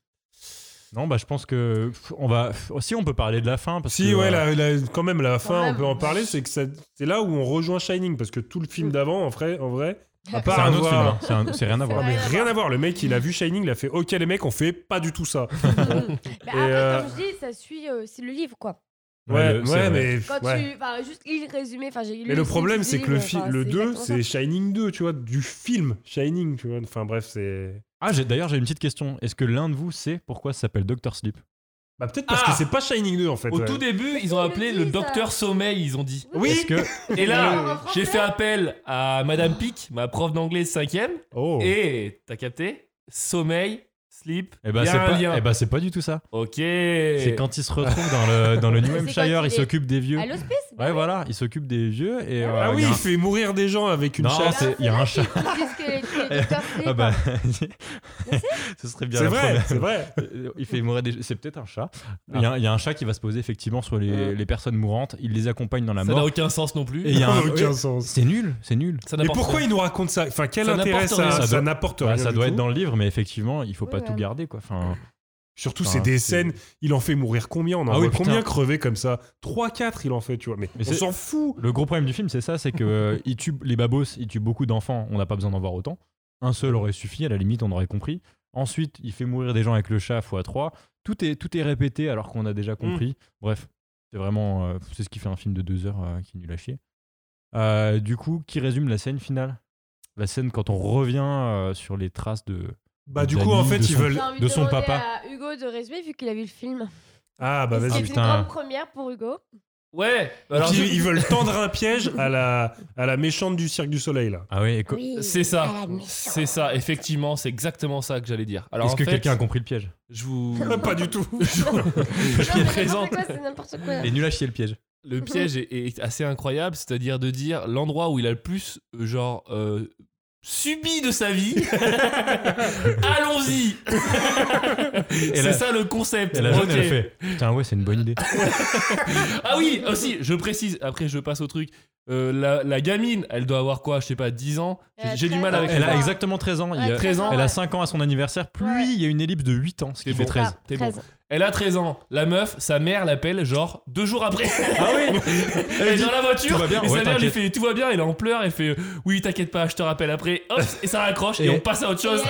Speaker 6: Non, bah je pense que pff, on va. Si on peut parler de la fin, parce
Speaker 9: Si,
Speaker 6: que,
Speaker 9: ouais,
Speaker 6: euh,
Speaker 9: la- la- quand même, la fin,
Speaker 8: même.
Speaker 9: on peut en parler, c'est que ça- c'est là où on rejoint Shining, parce que tout le
Speaker 8: Mm.
Speaker 9: film d'avant, en vrai, en vrai à
Speaker 6: c'est
Speaker 9: part
Speaker 6: un autre film.
Speaker 9: avoir-
Speaker 6: hein. C'est un- C'est rien à
Speaker 9: Non,
Speaker 6: voir.
Speaker 9: mais rien à voir, le mec, il a vu Shining, il a fait Ok, les mecs, on fait pas du tout ça.
Speaker 8: Mais
Speaker 9: Et,
Speaker 8: après,
Speaker 9: euh,
Speaker 8: comme je dis, ça suit, euh, c'est le livre, quoi.
Speaker 9: Ouais,
Speaker 6: le-
Speaker 9: ouais,
Speaker 6: c'est vrai.
Speaker 9: mais.
Speaker 8: Quand
Speaker 9: ouais.
Speaker 8: tu, enfin, juste il résumé, enfin, j'ai lu
Speaker 9: Mais le
Speaker 8: synopsis
Speaker 9: problème,
Speaker 8: du
Speaker 9: c'est que le,
Speaker 8: livre,
Speaker 9: fi-
Speaker 8: enfin,
Speaker 9: le
Speaker 8: bah, c'est
Speaker 9: 2,
Speaker 8: exactement ça.
Speaker 9: c'est Shining 2, tu vois, du film Shining, tu vois. Enfin bref, c'est.
Speaker 6: Ah, j'ai- d'ailleurs, j'ai une petite question. Est-ce que l'un de vous sait pourquoi ça s'appelle Dr. Sleep
Speaker 9: Bah peut-être parce
Speaker 7: Ah
Speaker 9: que c'est pas Shining 2 en
Speaker 6: Bah,
Speaker 9: fait.
Speaker 7: Au
Speaker 9: ouais.
Speaker 7: tout début, ils ont
Speaker 8: Ils
Speaker 7: appelé
Speaker 8: le
Speaker 7: le
Speaker 8: disent,
Speaker 7: docteur sommeil, ils ont dit.
Speaker 9: Oui
Speaker 6: Est-ce que.
Speaker 7: Et là,
Speaker 8: Oui.
Speaker 7: j'ai fait appel à Madame Pic, ma prof d'anglais de 5ème.
Speaker 9: Oh
Speaker 7: Et t'as capté Sommeil, sleep,
Speaker 6: Eh ben,
Speaker 7: y a
Speaker 6: c'est
Speaker 7: un
Speaker 6: pas,
Speaker 7: lien.
Speaker 6: eh ben, c'est pas du tout ça.
Speaker 7: ok.
Speaker 6: C'est quand ils se retrouvent dans le, dans le New
Speaker 8: C'est quand
Speaker 6: Hampshire,
Speaker 8: il
Speaker 6: ils
Speaker 8: est-
Speaker 6: s'occupent des vieux.
Speaker 8: À l'hospice
Speaker 6: Ouais, voilà, ils s'occupent des vieux et. euh,
Speaker 9: Ah
Speaker 6: il
Speaker 9: oui,
Speaker 6: y a
Speaker 9: il
Speaker 6: un-
Speaker 9: fait mourir des gens avec une
Speaker 6: Non,
Speaker 9: chasse.
Speaker 6: c'est- il y a un chat. Ah bah. Ce serait bien
Speaker 9: C'est
Speaker 6: la
Speaker 9: vrai,
Speaker 6: première.
Speaker 9: c'est vrai.
Speaker 6: Euh, Il fait mourir des. C'est peut-être un chat. Il y,
Speaker 9: Ah.
Speaker 6: a, il y a un chat qui va se poser effectivement sur les, les personnes mourantes. Il les accompagne dans la
Speaker 7: Ça
Speaker 6: mort.
Speaker 7: n'a aucun sens non plus.
Speaker 6: Et il y a un.
Speaker 9: aucun sens.
Speaker 6: C'est nul, c'est nul.
Speaker 7: Ça
Speaker 9: Mais
Speaker 7: n'apporte
Speaker 9: pourquoi
Speaker 7: rien.
Speaker 9: il nous raconte ça Enfin, quel
Speaker 7: Ça
Speaker 9: intérêt
Speaker 7: n'apporte
Speaker 9: ça
Speaker 7: rien.
Speaker 9: Ça,
Speaker 6: Ça doit-
Speaker 9: n'apporte
Speaker 6: Ouais,
Speaker 9: rien.
Speaker 6: ça
Speaker 9: du
Speaker 6: doit
Speaker 9: tout.
Speaker 6: être dans le livre, mais effectivement, il faut
Speaker 8: Oui,
Speaker 6: pas
Speaker 8: ouais.
Speaker 6: tout garder quoi. Enfin,
Speaker 9: Surtout,
Speaker 6: Enfin,
Speaker 9: c'est des
Speaker 6: c'est-
Speaker 9: scènes. Il en fait mourir combien On en
Speaker 6: Ah oui,
Speaker 9: voit combien
Speaker 6: putain.
Speaker 9: crever comme ça 3, 4, il en fait, tu vois. Mais,
Speaker 6: Mais
Speaker 9: on
Speaker 6: c'est-
Speaker 9: s'en fout.
Speaker 6: Le gros problème du film, c'est ça, c'est que euh, ils tuent- les babos, ils tuent beaucoup d'enfants, on n'a pas besoin d'en voir autant. Un seul aurait suffi, à la limite, on aurait compris. Ensuite, il fait mourir des gens avec le chat x 3. Tout est, tout est répété alors qu'on a déjà
Speaker 7: Mm.
Speaker 6: compris. Bref, c'est vraiment. euh, c'est ce qui fait un film de deux heures euh, qui est nul à chier. Euh, du coup, qui résume la scène finale La scène quand on revient euh, sur les traces de.
Speaker 9: Bah,
Speaker 6: de
Speaker 9: du coup, en
Speaker 6: Dali,
Speaker 9: fait,
Speaker 6: de
Speaker 9: ils
Speaker 6: son-
Speaker 9: veulent.
Speaker 8: J'ai envie
Speaker 6: de son
Speaker 8: demander
Speaker 6: papa.
Speaker 8: à Hugo de résumer vu qu'il a vu le film.
Speaker 9: Ah, bah,
Speaker 8: C'est
Speaker 9: vas-y.
Speaker 8: une
Speaker 6: putain.
Speaker 8: grande première pour Hugo.
Speaker 7: Ouais.
Speaker 9: Alors,
Speaker 7: Alors,
Speaker 9: ils, ils veulent tendre un piège à la, à la méchante du Cirque du Soleil, là.
Speaker 6: Ah ouais, et co-
Speaker 7: c'est
Speaker 10: Ah,
Speaker 7: ça. C'est ça. Effectivement, c'est exactement ça que j'allais dire. Alors,
Speaker 6: est-ce
Speaker 7: en
Speaker 6: que
Speaker 7: fait,
Speaker 6: quelqu'un a compris le piège
Speaker 7: Je vous.
Speaker 9: Pas du tout.
Speaker 8: Non, mais
Speaker 7: présente.
Speaker 8: n'importe quoi, C'est n'importe quoi.
Speaker 6: Il est nul à chier le piège.
Speaker 7: le piège est, est assez incroyable, c'est-à-dire de dire l'endroit où il a le plus, euh, genre, euh, subi de sa vie. Allons-y C'est
Speaker 6: la-
Speaker 7: ça le concept.
Speaker 6: Et la jeune,
Speaker 7: Ok.
Speaker 6: elle fait Putain, ouais, c'est une bonne idée.
Speaker 7: Ah oui, aussi, je précise, après je passe au truc. Euh, la, la gamine, elle doit avoir quoi, je sais pas, 10 ans J'ai-
Speaker 8: Euh,
Speaker 7: J'ai du mal
Speaker 8: 13
Speaker 7: avec Ah,
Speaker 8: ans.
Speaker 6: Elle
Speaker 7: ça.
Speaker 6: a exactement 13 ans. il y a-
Speaker 8: Ouais, 13
Speaker 6: Elle a
Speaker 8: ouais.
Speaker 6: 5 ans à son anniversaire, plus
Speaker 8: Ouais.
Speaker 6: il y a une ellipse de 8 ans, ce qui
Speaker 7: C'est
Speaker 6: fait
Speaker 7: bon.
Speaker 6: 13.
Speaker 7: T'es bon.
Speaker 8: Treize.
Speaker 7: Elle a 13 ans. La meuf, sa mère l'appelle genre deux jours après.
Speaker 9: Ah oui
Speaker 7: Elle
Speaker 9: lui
Speaker 7: est
Speaker 9: dit,
Speaker 7: dans la voiture.
Speaker 9: tout va bien,
Speaker 7: et
Speaker 9: ouais,
Speaker 7: sa mère lui
Speaker 9: t'inquiète.
Speaker 7: fait tout va bien. Elle est en pleurs. Elle fait euh, oui t'inquiète pas, je te rappelle après. Hop et ça raccroche et,
Speaker 6: Et-
Speaker 7: on passe à autre chose.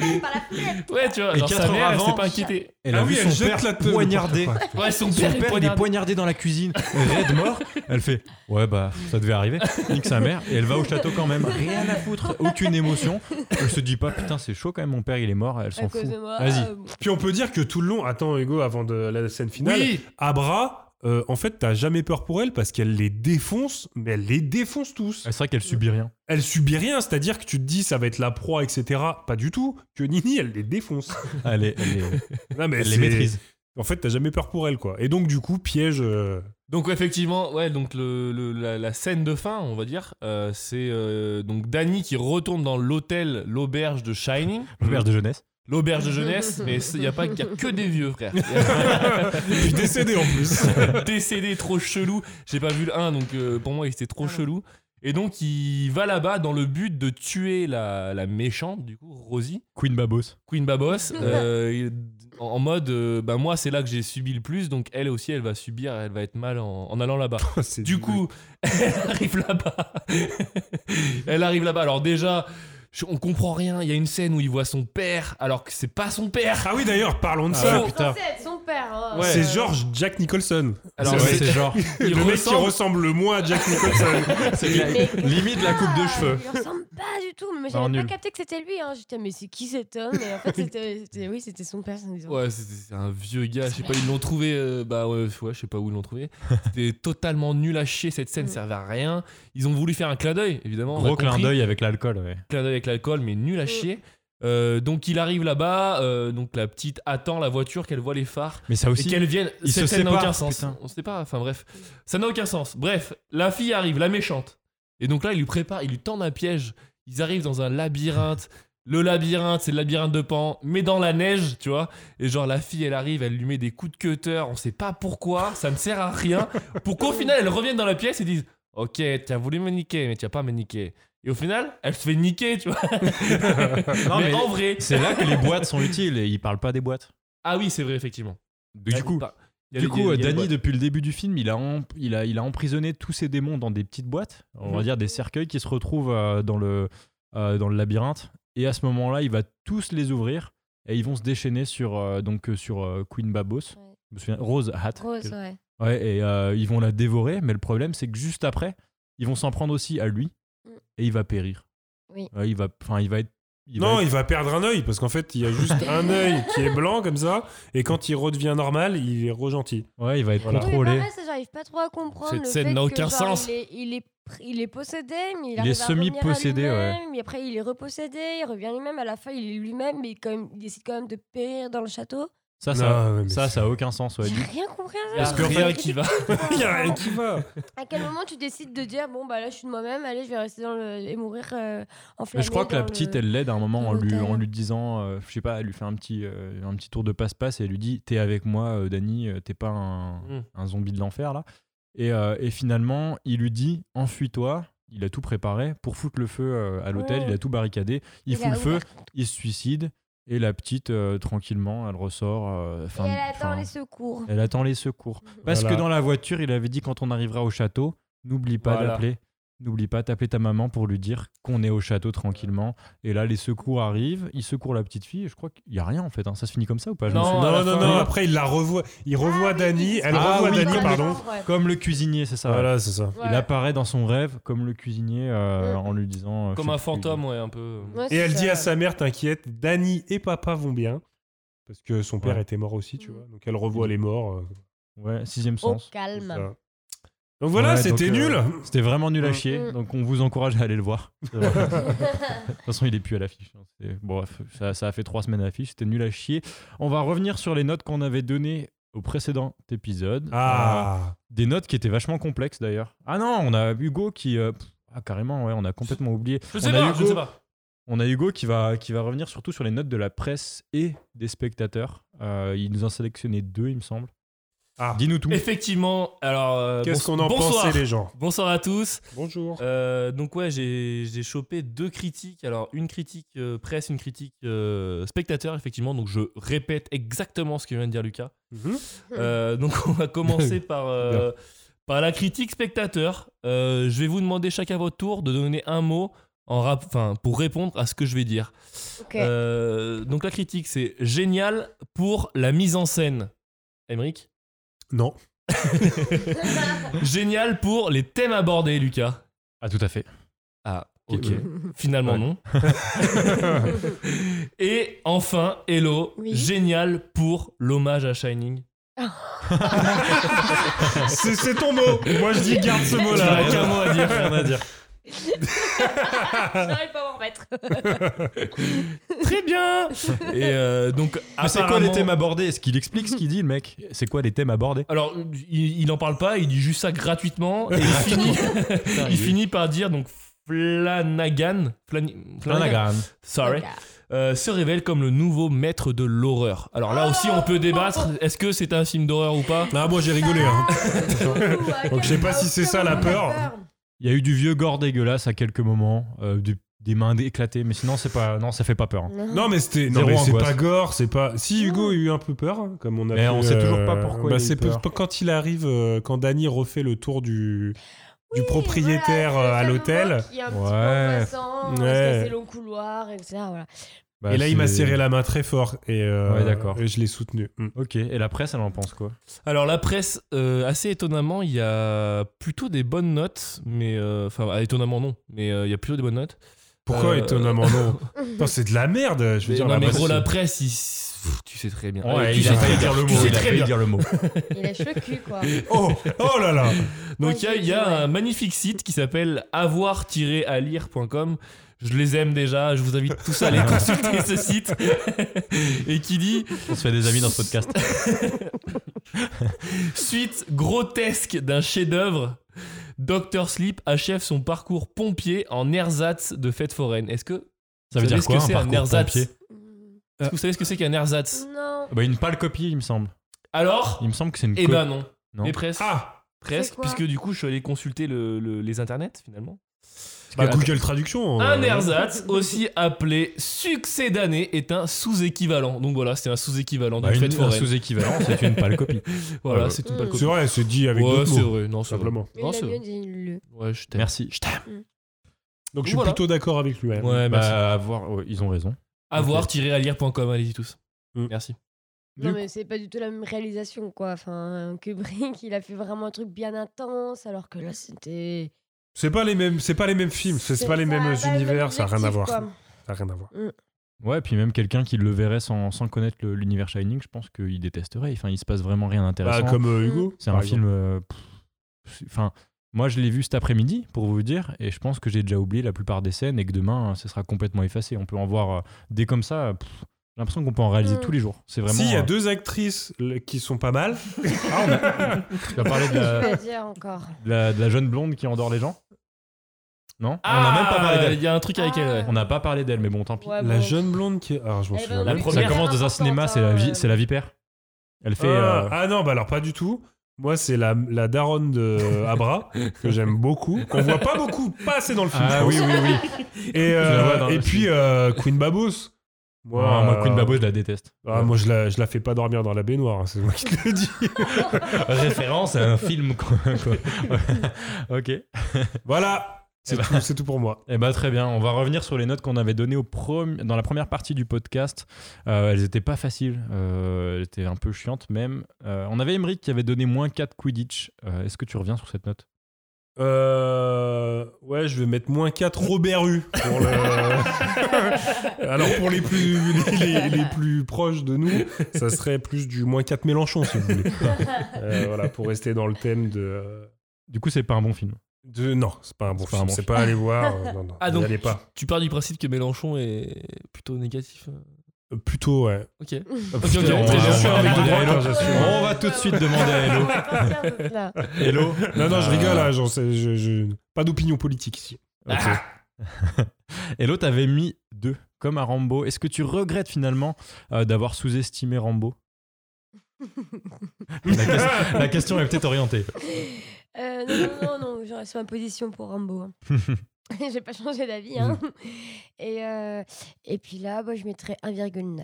Speaker 7: ouais tu vois.
Speaker 6: Et quatre
Speaker 7: genre, sa mère,
Speaker 6: heures
Speaker 7: elle
Speaker 6: avant,
Speaker 7: s'est pas inquiétée.
Speaker 6: elle
Speaker 9: Ah
Speaker 6: a vu son père poignarder.
Speaker 7: Ouais son père est
Speaker 6: il est
Speaker 7: poignardé.
Speaker 6: poignardé dans la cuisine, raide mort. Elle fait Ouais, bah, ça devait arriver. Nique sa mère. Et elle va au château quand même. Rien à foutre, aucune émotion. Elle se dit pas Putain, c'est chaud quand même, mon père, il est mort. Elle s'en
Speaker 8: cause
Speaker 6: fout.
Speaker 8: de moi,
Speaker 6: Vas-y.
Speaker 8: euh,
Speaker 9: Puis on peut dire que tout le long, attends Hugo, avant de la scène finale,
Speaker 7: Oui.
Speaker 9: Abra, euh, en fait, t'as jamais peur pour elle parce qu'elle les défonce, mais elle les défonce tous.
Speaker 6: Ah, C'est vrai qu'elle subit rien.
Speaker 9: Elle subit rien, c'est-à-dire que tu te dis ça va être la proie, etc. Pas du tout. Que Nini, elle les défonce.
Speaker 6: Ah, Elle, est- elle est-
Speaker 9: Non, mais
Speaker 6: elle les
Speaker 9: c'est-
Speaker 6: maîtrise.
Speaker 9: En fait, t'as jamais peur pour elle, quoi. Et donc, du coup, piège. euh,
Speaker 7: Donc effectivement, ouais, donc le, le- la, la scène de fin, on va dire, euh, c'est euh, donc Danny qui retourne dans l'hôtel, l'auberge de Shining,
Speaker 6: Le père de jeunesse.
Speaker 7: l'auberge de jeunesse, mais il y a pas y a que des vieux frère.
Speaker 9: Puis décédé en plus.
Speaker 7: Décédé trop chelou, j'ai pas vu le 1 donc euh, pour moi il était trop chelou. Et donc il va là-bas dans le but de tuer la, la méchante du coup, Rosie.
Speaker 6: Queen Babos.
Speaker 7: Queen Babos euh, il- en- en mode euh, bah moi c'est là que j'ai subi le plus donc elle aussi elle va subir elle va être mal en, en allant là-bas
Speaker 9: C'est
Speaker 7: du coup elle arrive là-bas elle arrive là-bas alors déjà je- on comprend rien il y a une scène où il voit son père alors que c'est pas son père
Speaker 9: Ah oui, d'ailleurs, parlons de
Speaker 7: Ah
Speaker 9: ça.
Speaker 7: ouais,
Speaker 8: C'est censé être son père. hein.
Speaker 7: Ouais.
Speaker 9: C'est George Jack Nicholson.
Speaker 7: alors
Speaker 9: C'est vrai,
Speaker 7: c'est-
Speaker 9: c'est
Speaker 6: genre.
Speaker 7: il
Speaker 9: le mec qui
Speaker 7: ressemble-
Speaker 9: ressemble le moins à Jack Nicholson.
Speaker 6: Limite la coupe de
Speaker 8: Ah, Il
Speaker 6: cheveux.
Speaker 8: lui ressemble pas du tout.
Speaker 6: Non,
Speaker 8: Mais j'avais
Speaker 6: nul.
Speaker 8: pas capté que c'était lui. Hein. J'étais, mais c'est qui cet homme Et en fait, c'était, c'était- oui, c'était son père. ça me disait.
Speaker 7: Ouais, c'est- c'est un vieux gars, je sais pas, ils l'ont trouvé, euh, bah ouais, ouais, je sais pas où ils l'ont trouvé. C'était totalement nul à chier, cette scène servait à rien. Ils ont voulu faire un clin d'œil, évidemment. on a
Speaker 6: Gros clin
Speaker 7: compris.
Speaker 6: d'œil avec l'alcool, ouais.
Speaker 7: clin d'œil avec l'alcool, mais nul à chier. Euh, donc il arrive là-bas, euh, donc la petite attend la voiture, qu'elle voit les phares.
Speaker 6: Mais ça
Speaker 7: Et
Speaker 6: aussi.
Speaker 7: qu'elle vienne,
Speaker 6: ils
Speaker 7: Cette
Speaker 6: se
Speaker 7: scène n'a aucun
Speaker 6: séparent,
Speaker 7: sens. hein.
Speaker 6: putain.
Speaker 7: On sait pas, enfin bref. Ça n'a aucun sens. Bref, la fille arrive, la méchante. Et donc là, il lui prépare, il lui tend un piège. Ils arrivent dans un labyrinthe. Le labyrinthe, c'est le labyrinthe de Pan, mais dans la neige, tu vois. Et genre, la fille, elle arrive, elle lui met des coups de cutter, on sait pas pourquoi, ça ne sert à rien. Pour qu'au final, elle revienne dans la pièce et dise Ok, tu as voulu me niquer, mais tu as pas me niquer. Et au final, elle se fait niquer, tu vois.
Speaker 6: Non,
Speaker 7: mais,
Speaker 6: mais-
Speaker 7: en vrai.
Speaker 6: C'est là que les boîtes sont utiles et ils parlent pas des boîtes.
Speaker 7: Ah oui, c'est vrai, effectivement.
Speaker 6: Du coup,
Speaker 7: Il y a
Speaker 6: Du
Speaker 7: des-
Speaker 6: coup,
Speaker 7: il y a des
Speaker 6: Danny,
Speaker 7: boîtes.
Speaker 6: depuis le début du film, il a, em- il, a, il a emprisonné tous ses démons dans des petites boîtes, on va
Speaker 7: Mhm.
Speaker 6: dire des cercueils qui se retrouvent euh, dans, le, euh, dans le labyrinthe. Et à ce moment-là, il va tous les ouvrir et ils vont se déchaîner sur, euh, donc, euh, sur euh, Queen Babos. Je me souviens, Rose Hat.
Speaker 8: Rose, ouais.
Speaker 6: Ouais, et euh, ils vont la dévorer, mais le problème, c'est que juste après, ils vont s'en prendre aussi à lui
Speaker 8: Mm.
Speaker 6: et il va périr.
Speaker 8: Oui.
Speaker 6: Ouais, il, va, enfin, il va être. il va
Speaker 9: non,
Speaker 6: être-
Speaker 9: il va perdre un œil parce qu'en fait, il y a juste un œil qui est blanc comme ça. Et quand il redevient normal, il est regentil.
Speaker 6: ouais, il va être
Speaker 9: Voilà.
Speaker 8: Oui, mais
Speaker 6: contrôlé.
Speaker 8: pareil, ça, j'arrive pas trop à comprendre.
Speaker 7: Cette
Speaker 8: le
Speaker 7: scène
Speaker 8: fait
Speaker 7: n'a
Speaker 8: que,
Speaker 7: aucun
Speaker 8: genre,
Speaker 7: sens.
Speaker 8: Il est, il est pr- il est possédé, mais il,
Speaker 6: est
Speaker 8: arrive à revenir à
Speaker 6: semi-possédé,
Speaker 8: lui-même, Mais après, il est repossédé, il revient lui-même. À la fin, il est lui-même, mais quand même, il décide quand même de périr dans le château.
Speaker 6: Ah, Ça, ça,
Speaker 9: Non, mais
Speaker 6: ça,
Speaker 9: c'est-
Speaker 6: ça a aucun sens. ouais.
Speaker 8: J'ai rien compris à ça.
Speaker 7: Parce
Speaker 8: C'est
Speaker 7: que rien
Speaker 8: ridicule,
Speaker 7: qui va.
Speaker 8: quoi.
Speaker 9: Il y a rien Ah, qui va.
Speaker 8: À quel moment tu décides de dire bon bah là je suis de moi-même, allez je vais rester dans le et mourir euh, enflammé
Speaker 6: Mais je crois que la
Speaker 8: dans
Speaker 6: petite,
Speaker 8: le-
Speaker 6: elle l'aide à un moment
Speaker 8: dans
Speaker 6: en lui, en
Speaker 8: l'hôtel.
Speaker 6: lui disant, euh, je sais pas, elle lui fait un petit, euh, un petit tour de passe-passe et elle lui dit T'es avec moi, euh, Danny, euh, t'es pas un,
Speaker 7: Mm.
Speaker 6: un zombie de l'enfer là. Et, euh, et finalement, il lui dit Enfuis-toi. Il a tout préparé pour foutre le feu euh, à l'hôtel,
Speaker 8: Ouais.
Speaker 6: il a tout barricadé, il,
Speaker 8: Il
Speaker 6: fout
Speaker 8: a
Speaker 6: le feu,
Speaker 8: ouvert
Speaker 6: il se suicide et la petite, euh, tranquillement, elle ressort. euh,
Speaker 8: Et
Speaker 6: fin-
Speaker 8: elle attend
Speaker 6: fin-
Speaker 8: les secours.
Speaker 6: elle attend les secours. Parce
Speaker 9: Voilà.
Speaker 6: que dans la voiture, il avait dit Quand on arrivera au château, n'oublie pas
Speaker 7: Voilà.
Speaker 6: d'appeler. N'oublie pas d'appeler ta maman pour lui dire qu'on est au château tranquillement. Et là, les secours arrivent, ils secourent la petite fille. Et je crois qu'il n'y a rien en fait. hein. Ça se finit comme ça ou pas Je me
Speaker 7: Non,
Speaker 6: souviens-
Speaker 7: à la
Speaker 9: Non, non,
Speaker 7: fin.
Speaker 9: non. Après, il la revoit. Il revoit Dani. Elle
Speaker 6: Ah
Speaker 9: revoit
Speaker 6: oui,
Speaker 9: Dani,
Speaker 6: comme-
Speaker 9: pardon.
Speaker 6: Comme le cuisinier, c'est ça.
Speaker 9: Voilà, c'est ça.
Speaker 6: Il apparaît dans son rêve comme le cuisinier euh,
Speaker 8: Ouais.
Speaker 6: en lui disant. euh,
Speaker 7: Comme
Speaker 6: je
Speaker 7: un
Speaker 6: sais plus.
Speaker 7: fantôme, ouais, un peu.
Speaker 9: Et elle dit à sa mère, t'inquiète, Dani et papa vont bien. Parce que son père
Speaker 6: Ouais.
Speaker 9: était mort aussi, tu
Speaker 8: Mm.
Speaker 9: vois. Donc elle revoit les morts. euh,
Speaker 6: Ouais, sixième
Speaker 8: au
Speaker 6: sens.
Speaker 9: tout
Speaker 8: calme.
Speaker 9: ça. Donc voilà,
Speaker 6: Ouais,
Speaker 9: c'était
Speaker 6: donc,
Speaker 9: nul.
Speaker 6: euh, C'était vraiment nul à
Speaker 9: Mm.
Speaker 6: chier.
Speaker 8: Mm.
Speaker 6: Donc on vous encourage à aller le voir. C'est vrai. De toute façon, il est plus à l'affiche. hein. C'est- Bon, bref, ça, ça a fait trois semaines à l'affiche. C'était nul à chier. On va revenir sur les notes qu'on avait données au précédent épisode. Euh,
Speaker 9: Ah.
Speaker 6: des notes qui étaient vachement complexes d'ailleurs. Ah non, on a Hugo qui. euh, pff, ah, carrément, ouais, on a complètement oublié.
Speaker 7: Je
Speaker 6: on,
Speaker 7: sais
Speaker 6: a
Speaker 7: pas,
Speaker 6: Hugo,
Speaker 7: je sais pas.
Speaker 6: on a Hugo qui va, qui va revenir surtout sur les notes de la presse et des spectateurs. Euh, il nous en sélectionnait deux, il me semble. Dis-nous tout.
Speaker 7: Effectivement, alors. euh,
Speaker 9: Qu'est-ce
Speaker 7: bonso-
Speaker 9: qu'on en
Speaker 7: bonsoir.
Speaker 9: pensait, les gens
Speaker 7: Bonsoir à tous.
Speaker 9: Bonjour.
Speaker 7: Euh, donc, ouais, j'ai j'ai chopé deux critiques. Alors, une critique euh, presse, une critique euh, spectateur, effectivement. Donc, je répète exactement ce que vient de dire Lucas.
Speaker 9: Mhm.
Speaker 7: Euh, donc, on va commencer par, euh, par la critique spectateur. Euh, je vais vous demander chacun à votre tour de donner un mot en rap- enfin, pour répondre à ce que je vais dire.
Speaker 8: Ok.
Speaker 7: Euh, donc, la critique, c'est génial pour la mise en scène. Emeric
Speaker 9: Non.
Speaker 7: Génial pour les thèmes abordés, Lucas.
Speaker 6: Ah, tout à fait.
Speaker 7: Ah, ok. Finalement, non. Et enfin, Hello, génial pour l'hommage à Shining.
Speaker 9: C'est c'est ton mot. Moi, je dis garde ce mot-là.
Speaker 7: Tu n'as qu'un mot à dire.
Speaker 9: Rien à dire.
Speaker 8: J'arrive pas à m'en remettre.
Speaker 7: Très bien Et euh, donc,
Speaker 6: Mais c'est quoi les
Speaker 7: apparemment-
Speaker 6: thèmes abordés Est-ce qu'il explique ce qu'il dit, le mec C'est quoi les thèmes abordés
Speaker 7: Alors, il, il en parle pas, il dit juste ça gratuitement. Et il finit,
Speaker 6: Ah,
Speaker 7: il finit par dire donc Flanagan, Flan-
Speaker 6: Flanagan.
Speaker 7: sorry, euh, se révèle comme le nouveau maître de l'horreur. Alors
Speaker 8: Oh
Speaker 7: là aussi, on peut débattre. Est-ce que c'est un film d'horreur ou pas
Speaker 9: Ah, moi j'ai rigolé. hein. Donc, je sais pas si c'est ça la peur.
Speaker 6: Il y a eu du vieux gore dégueulasse à quelques moments, euh, du- des mains éclatées, mais sinon, c'est pas, non, ça fait pas peur. hein.
Speaker 9: Non, mais c'était. Non,
Speaker 6: Zéro
Speaker 9: mais c'est
Speaker 6: angoisse.
Speaker 9: pas gore, c'est pas. Si Hugo a eu un peu peur, hein, comme on a.
Speaker 6: Mais
Speaker 9: pu,
Speaker 6: on sait toujours pas pourquoi
Speaker 9: bah,
Speaker 6: il a eu
Speaker 9: c'est
Speaker 6: peur.
Speaker 9: p- quand il arrive, euh, quand Danny refait le tour du. Du propriétaire
Speaker 8: voilà,
Speaker 9: euh, à
Speaker 8: le
Speaker 9: l'hôtel.
Speaker 8: qui est un petit peu angoissant, on se casse les
Speaker 9: Ouais.
Speaker 8: longs couloirs, etc. Voilà.
Speaker 6: Bah,
Speaker 9: et là, il m'a
Speaker 6: c'est-
Speaker 9: serré la main très fort et, euh,
Speaker 6: Ouais, d'accord.
Speaker 9: et je l'ai soutenu. Mm.
Speaker 6: Ok, et la presse, elle en pense quoi
Speaker 7: Alors la presse, euh, assez étonnamment, il y a plutôt des bonnes notes, mais euh, enfin ah, étonnamment non, mais euh, il y a plutôt des bonnes notes.
Speaker 9: Pourquoi
Speaker 7: Euh,
Speaker 9: étonnamment non Putain, C'est de la merde. Je veux
Speaker 7: mais
Speaker 9: dire,
Speaker 7: non,
Speaker 9: la
Speaker 7: mais
Speaker 9: presse,
Speaker 7: gros, la
Speaker 9: c'est-
Speaker 7: presse, il s- pff, tu sais très bien.
Speaker 6: Ouais,
Speaker 7: Ah, tu
Speaker 6: il
Speaker 7: sais
Speaker 6: a
Speaker 7: très
Speaker 6: failli
Speaker 7: bien.
Speaker 6: dire le
Speaker 7: Tu
Speaker 6: mot,
Speaker 7: sais
Speaker 6: il a
Speaker 7: très
Speaker 6: failli
Speaker 7: bien.
Speaker 6: dire le mot.
Speaker 8: Il lèche le cul, quoi.
Speaker 9: Oh, oh là là
Speaker 7: Donc il y a, il y a un magnifique site qui s'appelle avoir-alire.com. Je les aime déjà, je vous invite tous à aller consulter ce site. Et qui dit
Speaker 6: On se fait des amis dans ce podcast.
Speaker 7: Suite grotesque d'un chef-d'œuvre, Dr. Sleep achève son parcours pompier en ersatz de fête foraine. Est-ce que
Speaker 6: Ça veut
Speaker 7: vous savez
Speaker 6: dire
Speaker 7: ce
Speaker 6: quoi,
Speaker 7: que
Speaker 6: un
Speaker 7: c'est
Speaker 6: parcours
Speaker 7: ersatz
Speaker 6: pompier
Speaker 7: Est-ce que vous savez ce que c'est qu'un ersatz
Speaker 8: Mm. Non.
Speaker 6: Bah, une pâle copie, il me semble.
Speaker 7: Alors
Speaker 6: Il me semble que c'est une
Speaker 7: Eh
Speaker 6: co-
Speaker 7: ben non.
Speaker 6: Non.
Speaker 7: Mais presque.
Speaker 9: Ah,
Speaker 8: C'est
Speaker 7: Presque,
Speaker 8: quoi
Speaker 7: puisque du coup, je suis allé consulter le- le- les internets finalement.
Speaker 9: Bah,
Speaker 7: que-
Speaker 9: Google Traduction.
Speaker 7: Un
Speaker 6: Ah,
Speaker 9: euh,
Speaker 7: ersatz, aussi appelé succès d'année, est un sous-équivalent. Donc voilà, c'est un sous-équivalent
Speaker 6: Bah,
Speaker 7: d'une
Speaker 6: une-
Speaker 7: fête
Speaker 6: un
Speaker 7: foraine.
Speaker 6: sous-équivalent, c'est une pâle copie.
Speaker 7: Voilà,
Speaker 6: Ouais,
Speaker 7: c'est une
Speaker 8: Mm.
Speaker 7: pâle
Speaker 9: C'est
Speaker 7: copie.
Speaker 9: vrai, c'est dit avec
Speaker 7: ouais,
Speaker 9: d'autres
Speaker 7: c'est
Speaker 9: mots,
Speaker 7: vrai, non, c'est vrai.
Speaker 9: Simplement.
Speaker 8: Il
Speaker 7: Non,
Speaker 8: l'a
Speaker 7: c'est
Speaker 8: bien
Speaker 7: vrai.
Speaker 8: dit, le.
Speaker 7: Ouais, je t'aime.
Speaker 6: Merci. Je t'aime.
Speaker 9: Donc je suis
Speaker 7: Voilà.
Speaker 9: plutôt d'accord avec lui. ouais.
Speaker 7: Ouais, merci.
Speaker 6: Bah, à voir, ouais, ils ont raison.
Speaker 7: Avoir-alire.com, allez-y tous.
Speaker 9: Mm.
Speaker 7: Merci.
Speaker 8: Non, mais c'est pas du tout la même réalisation, quoi. Enfin, Kubrick, il a fait vraiment un truc bien intense, alors que là, c'était.
Speaker 9: C'est pas les mêmes, c'est pas les mêmes films, c'est
Speaker 8: C'est
Speaker 9: pas les
Speaker 8: ça,
Speaker 9: mêmes
Speaker 8: pas le
Speaker 9: univers,
Speaker 8: même
Speaker 9: ça a rien à
Speaker 8: objectif,
Speaker 9: voir. Ça
Speaker 8: quoi.
Speaker 9: a rien à voir.
Speaker 6: Ouais, puis même quelqu'un qui le verrait sans, sans connaître le- l'univers Shining, je pense qu'il détesterait. Enfin, il se passe vraiment rien d'intéressant.
Speaker 9: Bah, comme euh, Hugo.
Speaker 6: C'est
Speaker 9: par
Speaker 6: un film. euh, pff, c'est- Enfin, moi, je l'ai vu cet après-midi, pour vous dire, et je pense que j'ai déjà oublié la plupart des scènes et que demain, euh, ce sera complètement effacé. On peut en voir euh, des comme ça. pff, J'ai l'impression qu'on peut en réaliser
Speaker 8: Mm.
Speaker 6: tous les jours. C'est
Speaker 9: exemple.
Speaker 6: vraiment.
Speaker 9: Si, il y a
Speaker 6: euh,
Speaker 9: deux actrices le- qui sont pas mal.
Speaker 8: Ah,
Speaker 6: Tu vas parler de
Speaker 9: Euh,
Speaker 8: Je
Speaker 6: la,
Speaker 8: vais dire encore.
Speaker 6: de la- de la jeune blonde qui endort les gens Non On n'a même pas parlé
Speaker 7: d'elle.
Speaker 6: d'elle.
Speaker 7: Il y a un truc avec elle, ouais.
Speaker 6: On n'a pas parlé d'elle, mais bon, tant pis.
Speaker 8: Ouais,
Speaker 9: La
Speaker 8: bon.
Speaker 9: jeune blonde qui. Alors, je m'en
Speaker 8: Elle
Speaker 9: souviens.
Speaker 8: va
Speaker 9: plus.
Speaker 8: au
Speaker 6: Ça
Speaker 8: première-
Speaker 6: commence dans un cinéma,
Speaker 8: hein.
Speaker 6: c'est la, vi- c'est la vipère. Elle fait.
Speaker 9: ah,
Speaker 6: euh,
Speaker 9: ah non, bah alors pas du tout. Moi, c'est la, la daronne de euh, Abra que j'aime beaucoup. Qu'on voit pas beaucoup, pas assez dans le film.
Speaker 6: Ah
Speaker 9: je pense.
Speaker 6: oui, oui, oui.
Speaker 9: Et,
Speaker 6: la
Speaker 9: euh,
Speaker 6: vois dans
Speaker 9: et
Speaker 6: le
Speaker 9: puis
Speaker 6: film.
Speaker 9: euh, Queen Babos. Moi,
Speaker 6: Ah, moi,
Speaker 9: euh,
Speaker 6: Queen Babo, je la déteste.
Speaker 9: ah, moi, je la, je la fais pas dormir dans la baignoire, hein, c'est moi qui te le dis.
Speaker 6: Référence à un film, quoi. quoi. ok.
Speaker 9: voilà, c'est
Speaker 6: Eh ben.
Speaker 9: tout, c'est tout pour moi.
Speaker 6: Eh ben très bien, on va revenir sur les notes qu'on avait données au premi- dans la première partie du podcast. Euh, elles étaient pas faciles, euh, elles étaient un peu chiantes même. Euh, on avait Emeric qui avait donné moins 4 Quidditch. Euh, Est-ce que tu reviens sur cette note
Speaker 9: Euh, ouais, je vais mettre moins 4 Robert U. Pour le... Alors, pour les plus, les, les plus proches de nous, ça serait plus du moins 4 Mélenchon, si vous voulez. Euh, voilà, pour rester dans le thème de.
Speaker 6: Du coup, c'est pas un bon film.
Speaker 9: de... Non, c'est pas un bon
Speaker 6: C'est pas un
Speaker 9: film.
Speaker 6: bon
Speaker 9: C'est
Speaker 6: film.
Speaker 9: pas aller voir. euh, non, non,
Speaker 7: Ah,
Speaker 9: n'y
Speaker 7: donc-
Speaker 9: allez pas.
Speaker 7: Tu pars du principe que Mélenchon est plutôt négatif. euh,
Speaker 9: Euh, plutôt, ouais.
Speaker 7: Ok. Ok,
Speaker 6: Ok,
Speaker 7: ok,
Speaker 9: putain,
Speaker 7: très
Speaker 9: on
Speaker 7: bien.
Speaker 9: va- on va avec de droits,
Speaker 6: Hello.
Speaker 9: hein, j'assume.
Speaker 6: On va tout de suite demander à Hello.
Speaker 8: Hello.
Speaker 6: Hello
Speaker 9: Non, non, je rigole.
Speaker 6: Euh,
Speaker 9: hein, j'en sais- je- je- Pas d'opinion politique ici.
Speaker 6: ok. Hello, t'avais mis 2 comme à Rambo. Est-ce que tu regrettes finalement euh, d'avoir sous-estimé Rambo La, ques- la question est peut-être orientée.
Speaker 8: Euh, non, non, non, non, je reste sur ma position pour Rambo. hein. J'ai pas changé d'avis. Hein.
Speaker 6: Mm.
Speaker 8: Et, euh, et puis là, bah, je mettrais 1,9.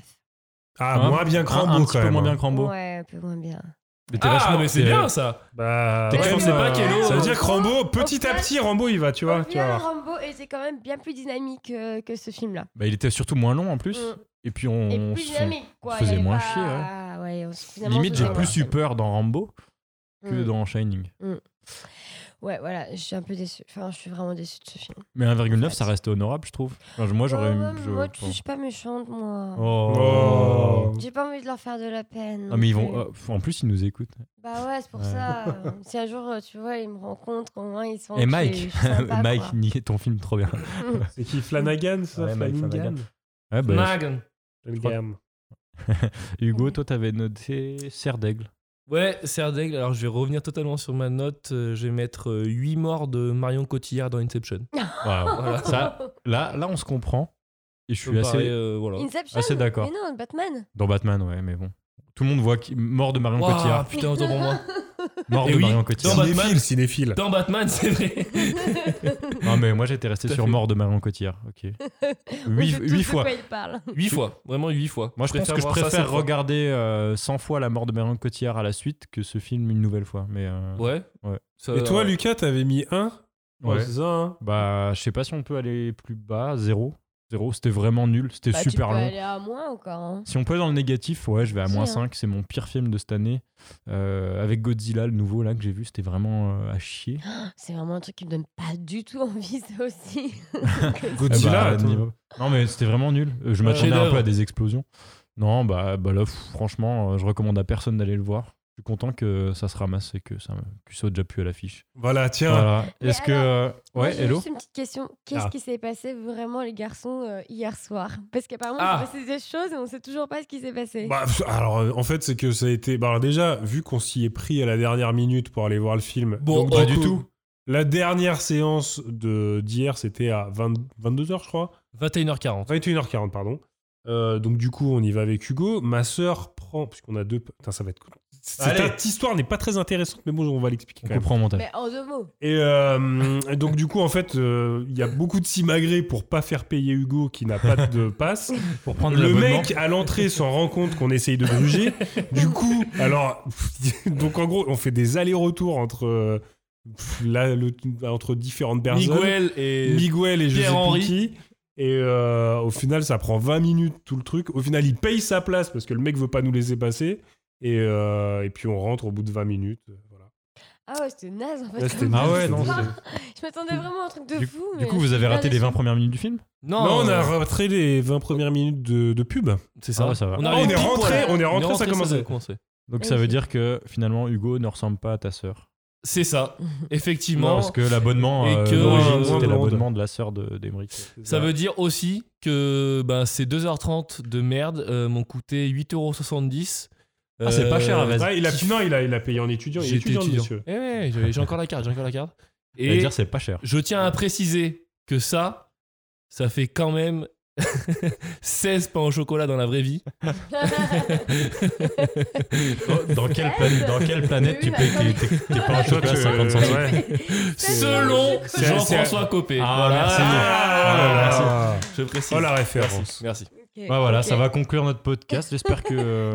Speaker 9: Ah,
Speaker 6: Hein
Speaker 9: moins bien que
Speaker 6: Un-
Speaker 9: Rambo,
Speaker 6: un petit
Speaker 9: quand
Speaker 6: peu
Speaker 9: même,
Speaker 6: moins
Speaker 9: hein.
Speaker 6: bien que Rambo.
Speaker 8: Ouais, un peu moins bien.
Speaker 6: Mais t'es
Speaker 7: Ah,
Speaker 6: vachement-
Speaker 7: mais c'est
Speaker 6: t'es-
Speaker 7: bien ça.
Speaker 9: Bah,
Speaker 7: T'es
Speaker 9: ouais,
Speaker 7: comme c'est
Speaker 9: mais,
Speaker 7: pas
Speaker 9: euh,
Speaker 7: Keno.
Speaker 9: Ça veut dire que Rambo, petit à
Speaker 8: final-
Speaker 9: petit, Rambo, il va, tu vois. Tu
Speaker 8: Bien,
Speaker 9: vois.
Speaker 8: Rambo était quand même bien plus dynamique euh, que ce film-là.
Speaker 6: Bah, il était surtout moins long en plus.
Speaker 8: Mm.
Speaker 6: Et puis on,
Speaker 8: Et
Speaker 6: on
Speaker 8: plus
Speaker 6: se-
Speaker 8: dynamique, quoi.
Speaker 6: se
Speaker 8: Il y
Speaker 6: faisait
Speaker 8: avait
Speaker 6: moins
Speaker 8: pas- Ah
Speaker 6: chier. ouais.
Speaker 8: ouais, on se- finalement, on
Speaker 6: Limite,
Speaker 8: se
Speaker 6: j'ai
Speaker 8: faisait
Speaker 6: plus eu peur dans Rambo que
Speaker 8: Mm.
Speaker 6: dans Shining.
Speaker 8: Ouais, voilà, je suis un peu déçue. Enfin, je suis vraiment déçue de ce film.
Speaker 6: Mais 1,9, ça restait honorable, je trouve. Enfin, je- moi, j'aurais.
Speaker 8: Ouais, ouais,
Speaker 6: je-
Speaker 8: Moi, tu-
Speaker 6: bon.
Speaker 8: je suis pas méchante, moi.
Speaker 6: Oh.
Speaker 8: J'ai pas envie de leur faire de la peine.
Speaker 6: Ah, mais ils
Speaker 8: non
Speaker 6: vont.
Speaker 8: plus.
Speaker 6: euh, pff, en plus, ils nous écoutent.
Speaker 8: Bah ouais, c'est pour
Speaker 6: Ouais.
Speaker 8: ça. euh, Si un jour, euh, tu vois, ils me rencontrent, au moins ils sont.
Speaker 6: Et Mike,
Speaker 8: Mike.
Speaker 6: Mike, nier ton film trop bien.
Speaker 9: C'est qui Flanagan, ça
Speaker 6: Ouais, Mike
Speaker 9: Flanagan.
Speaker 6: Ouais, bah,
Speaker 9: Flanagan.
Speaker 6: Hugo, toi, t'avais noté Serre d'Aigle.
Speaker 7: Ouais, Serre d'Aigle. Alors, je vais revenir totalement sur ma note. Euh, Je vais mettre 8 morts de Marion Cotillard dans Inception.
Speaker 6: Waouh.
Speaker 7: Voilà.
Speaker 6: Ça, là, là, on se comprend. Et je suis
Speaker 7: Pareil,
Speaker 6: assez.
Speaker 7: euh, voilà.
Speaker 8: Inception
Speaker 6: Assez Ah, d'accord.
Speaker 8: Mais non, Batman.
Speaker 6: Dans Batman, ouais, mais bon. Tout le monde voit qui... mort de Marion
Speaker 7: Waouh,
Speaker 9: Ah,
Speaker 6: Cotillard.
Speaker 7: putain, autant pour moi.
Speaker 6: Mort
Speaker 7: Et
Speaker 6: de
Speaker 7: oui,
Speaker 6: Marion Cotillard.
Speaker 7: dans Batman.
Speaker 9: Cinéphile, cinéphile.
Speaker 7: Dans Batman, c'est vrai.
Speaker 6: Non, mais moi, j'étais resté
Speaker 7: Tout à
Speaker 6: sur
Speaker 7: fait.
Speaker 6: mort de Marion Cotillard. Ok.
Speaker 8: On
Speaker 6: Huit,
Speaker 8: sait tous
Speaker 6: huit
Speaker 8: de
Speaker 6: fois.
Speaker 8: quoi il parle.
Speaker 7: 8 fois. Vraiment 8 fois.
Speaker 6: Moi, je pense que je
Speaker 7: voir ça
Speaker 6: préfère
Speaker 7: cette fois.
Speaker 6: regarder euh, 100 fois la mort de Marion Cotillard à la suite que ce film une nouvelle fois. Mais euh,
Speaker 7: Ouais.
Speaker 6: Ouais.
Speaker 7: Ça-
Speaker 9: Et toi, Lucas, t'avais mis 1
Speaker 6: Euh, Ouais.
Speaker 9: c'est ça, hein.
Speaker 6: bah, je sais pas si on peut aller plus bas. Zéro. Zéro, c'était vraiment nul. C'était
Speaker 8: Bah,
Speaker 6: super
Speaker 8: tu peux
Speaker 6: long.
Speaker 8: aller à moins encore. hein.
Speaker 6: Si on peut aller dans le négatif, ouais, je vais à
Speaker 8: Si,
Speaker 6: moins
Speaker 8: hein.
Speaker 6: 5. C'est mon pire film de cette année. Euh, avec Godzilla, le nouveau là que j'ai vu, c'était vraiment euh, à chier.
Speaker 8: C'est vraiment un truc qui me donne pas du tout envie, ça aussi.
Speaker 6: Eh
Speaker 9: Godzilla,
Speaker 6: bah,
Speaker 9: attends.
Speaker 6: niveau- Non, mais c'était vraiment nul. Euh, Je
Speaker 7: Ouais.
Speaker 6: m'attendais un
Speaker 7: Chef-d'œuvre.
Speaker 6: peu à des explosions. Non, bah, bah là, pff, franchement, euh, je recommande à personne d'aller le voir. Je suis content que ça se ramasse et que ça, que ça soit déjà pu à l'affiche.
Speaker 9: Voilà, tiens.
Speaker 6: Voilà.
Speaker 8: Mais
Speaker 6: Est-ce que. euh,
Speaker 8: Moi,
Speaker 6: Ouais,
Speaker 8: j'ai
Speaker 6: hello
Speaker 8: juste une petite question. Qu'est-ce
Speaker 6: Ah.
Speaker 8: qui s'est passé vraiment, les garçons, euh, hier soir Parce qu'apparemment,
Speaker 7: Ah.
Speaker 8: il s'est passé des choses et on sait toujours pas ce qui s'est passé.
Speaker 9: Bah, pff, alors, euh, en fait, c'est que ça a été. Bah, alors déjà, vu qu'on s'y est pris à la dernière minute pour aller voir le film.
Speaker 7: Bon,
Speaker 9: donc,
Speaker 7: pas
Speaker 9: coup,
Speaker 7: du tout.
Speaker 9: La dernière séance de- d'hier, c'était à 20 22h, je crois.
Speaker 7: 21h40.
Speaker 9: 21h40, pardon. Euh, donc, du coup, on y va avec Hugo. Ma sœur prend. Puisqu'on a deux. Putain, ça va être cool. Cette
Speaker 6: Allez.
Speaker 9: cette histoire n'est pas très intéressante, mais bon, on va l'expliquer
Speaker 6: On
Speaker 9: quand même.
Speaker 6: comprend au montage.
Speaker 8: Mais en deux mots.
Speaker 9: Et euh, et donc, du coup, en fait, euh, il y a beaucoup de simagrées pour pas faire payer Hugo qui n'a pas de passe.
Speaker 6: Pour prendre
Speaker 9: Le
Speaker 6: l'abonnement.
Speaker 9: mec à l'entrée s'en rend compte qu'on essaye de gruger. du coup, alors, donc en gros, on fait des allers-retours entre, euh, pff, là, le- entre différentes personnes.
Speaker 7: Miguel et.
Speaker 9: Miguel et je sais plus
Speaker 7: Pierre-Henri.
Speaker 9: qui. Et euh, au final, ça prend 20 minutes tout le truc. Au final, il paye sa place parce que le mec veut pas nous laisser passer. Et, euh, et puis on rentre au bout de 20 minutes. Voilà.
Speaker 8: Ah ouais, c'était naze en fait.
Speaker 9: Là, c'était
Speaker 8: comme
Speaker 6: Ah
Speaker 9: nul,
Speaker 6: ouais,
Speaker 9: c'était
Speaker 6: non,
Speaker 9: nul.
Speaker 8: c'est- Je m'attendais vraiment à un truc de
Speaker 6: Du,
Speaker 8: fou.
Speaker 6: du
Speaker 8: mais
Speaker 6: coup, vous
Speaker 8: je
Speaker 6: avez
Speaker 8: suis
Speaker 6: raté
Speaker 8: bien
Speaker 6: les 20
Speaker 8: déçue.
Speaker 6: premières minutes du film
Speaker 7: Non, euh,
Speaker 9: Non, on a rentré les 20 premières minutes de, de pub.
Speaker 7: C'est ça.
Speaker 6: Ah ouais, ça va.
Speaker 9: Ah,
Speaker 7: arrive
Speaker 9: on est
Speaker 7: pile poil.
Speaker 9: rentré, on est rentré, ça
Speaker 7: rentré,
Speaker 9: commençait.
Speaker 7: a commencé.
Speaker 6: Donc
Speaker 8: Oui,
Speaker 6: ça veut
Speaker 8: c'est-
Speaker 6: dire que finalement, Hugo ne ressemble pas à ta sœur.
Speaker 7: C'est ça, effectivement.
Speaker 6: Parce que l'abonnement
Speaker 7: Et
Speaker 6: euh,
Speaker 7: que,
Speaker 6: d'origine,
Speaker 7: euh,
Speaker 6: c'était
Speaker 9: moins blonde.
Speaker 6: l'abonnement de la sœur de- d'Emeric.
Speaker 7: Ça veut dire aussi que ben, ces 2h30 de merde euh, m'ont coûté 8,70€.
Speaker 6: Ah, c'est
Speaker 7: euh,
Speaker 6: pas cher, la base.
Speaker 9: Ouais, il a, non, il a, il a payé en étudiant. Il est
Speaker 7: J'étais
Speaker 9: étudiant,
Speaker 7: étudiant.
Speaker 9: monsieur.
Speaker 7: Eh ouais, j'ai j'ai encore la carte, j'ai encore la carte.
Speaker 6: Et
Speaker 7: Et
Speaker 6: dire, c'est pas cher.
Speaker 7: je tiens à préciser que ça, ça fait quand même 16 pains au chocolat dans la vraie vie.
Speaker 6: Dans quelle, plan- dans quelle planète tu
Speaker 8: Oui, mais
Speaker 6: payes
Speaker 8: attendez.
Speaker 6: tes- tes tes pains au
Speaker 9: Toi,
Speaker 6: chocolat à
Speaker 9: tu-
Speaker 6: 50 centimes
Speaker 9: ouais.
Speaker 7: Selon
Speaker 9: C'est-
Speaker 7: Jean-François Copé.
Speaker 6: Ah,
Speaker 7: Voilà.
Speaker 6: merci.
Speaker 9: Ah,
Speaker 7: Je précise.
Speaker 9: Oh la référence.
Speaker 7: Merci.
Speaker 8: Ok,
Speaker 6: Ouais, Bah voilà,
Speaker 8: ok.
Speaker 6: ça va conclure notre podcast. J'espère que euh,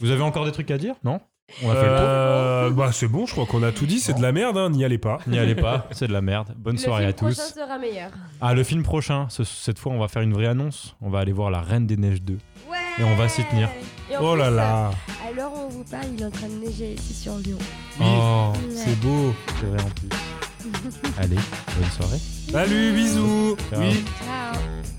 Speaker 6: vous avez encore des trucs à dire, non On a fait le tour.
Speaker 9: Euh, bah c'est bon, je crois qu'on a tout dit, c'est de la merde, hein, n'y allez pas.
Speaker 6: N'y allez pas, c'est de la merde. Bonne
Speaker 8: Le
Speaker 6: soirée à
Speaker 8: film prochain
Speaker 6: tous.
Speaker 8: sera meilleur.
Speaker 6: Ah, le film prochain, ce- cette fois, on va faire une vraie annonce. On va aller voir La Reine des Neiges 2.
Speaker 8: Ouais.
Speaker 6: Et on va s'y tenir.
Speaker 8: Et en
Speaker 9: Oh là
Speaker 8: plus,
Speaker 9: là,
Speaker 8: euh, Alors on vous parle, il est en train de neiger ici sur Lyon.
Speaker 6: Oh,
Speaker 9: c'est beau.
Speaker 6: c'est vrai en plus. Allez, bonne soirée.
Speaker 9: Salut, bisous.
Speaker 6: Ciao.
Speaker 8: Ciao.
Speaker 5: oh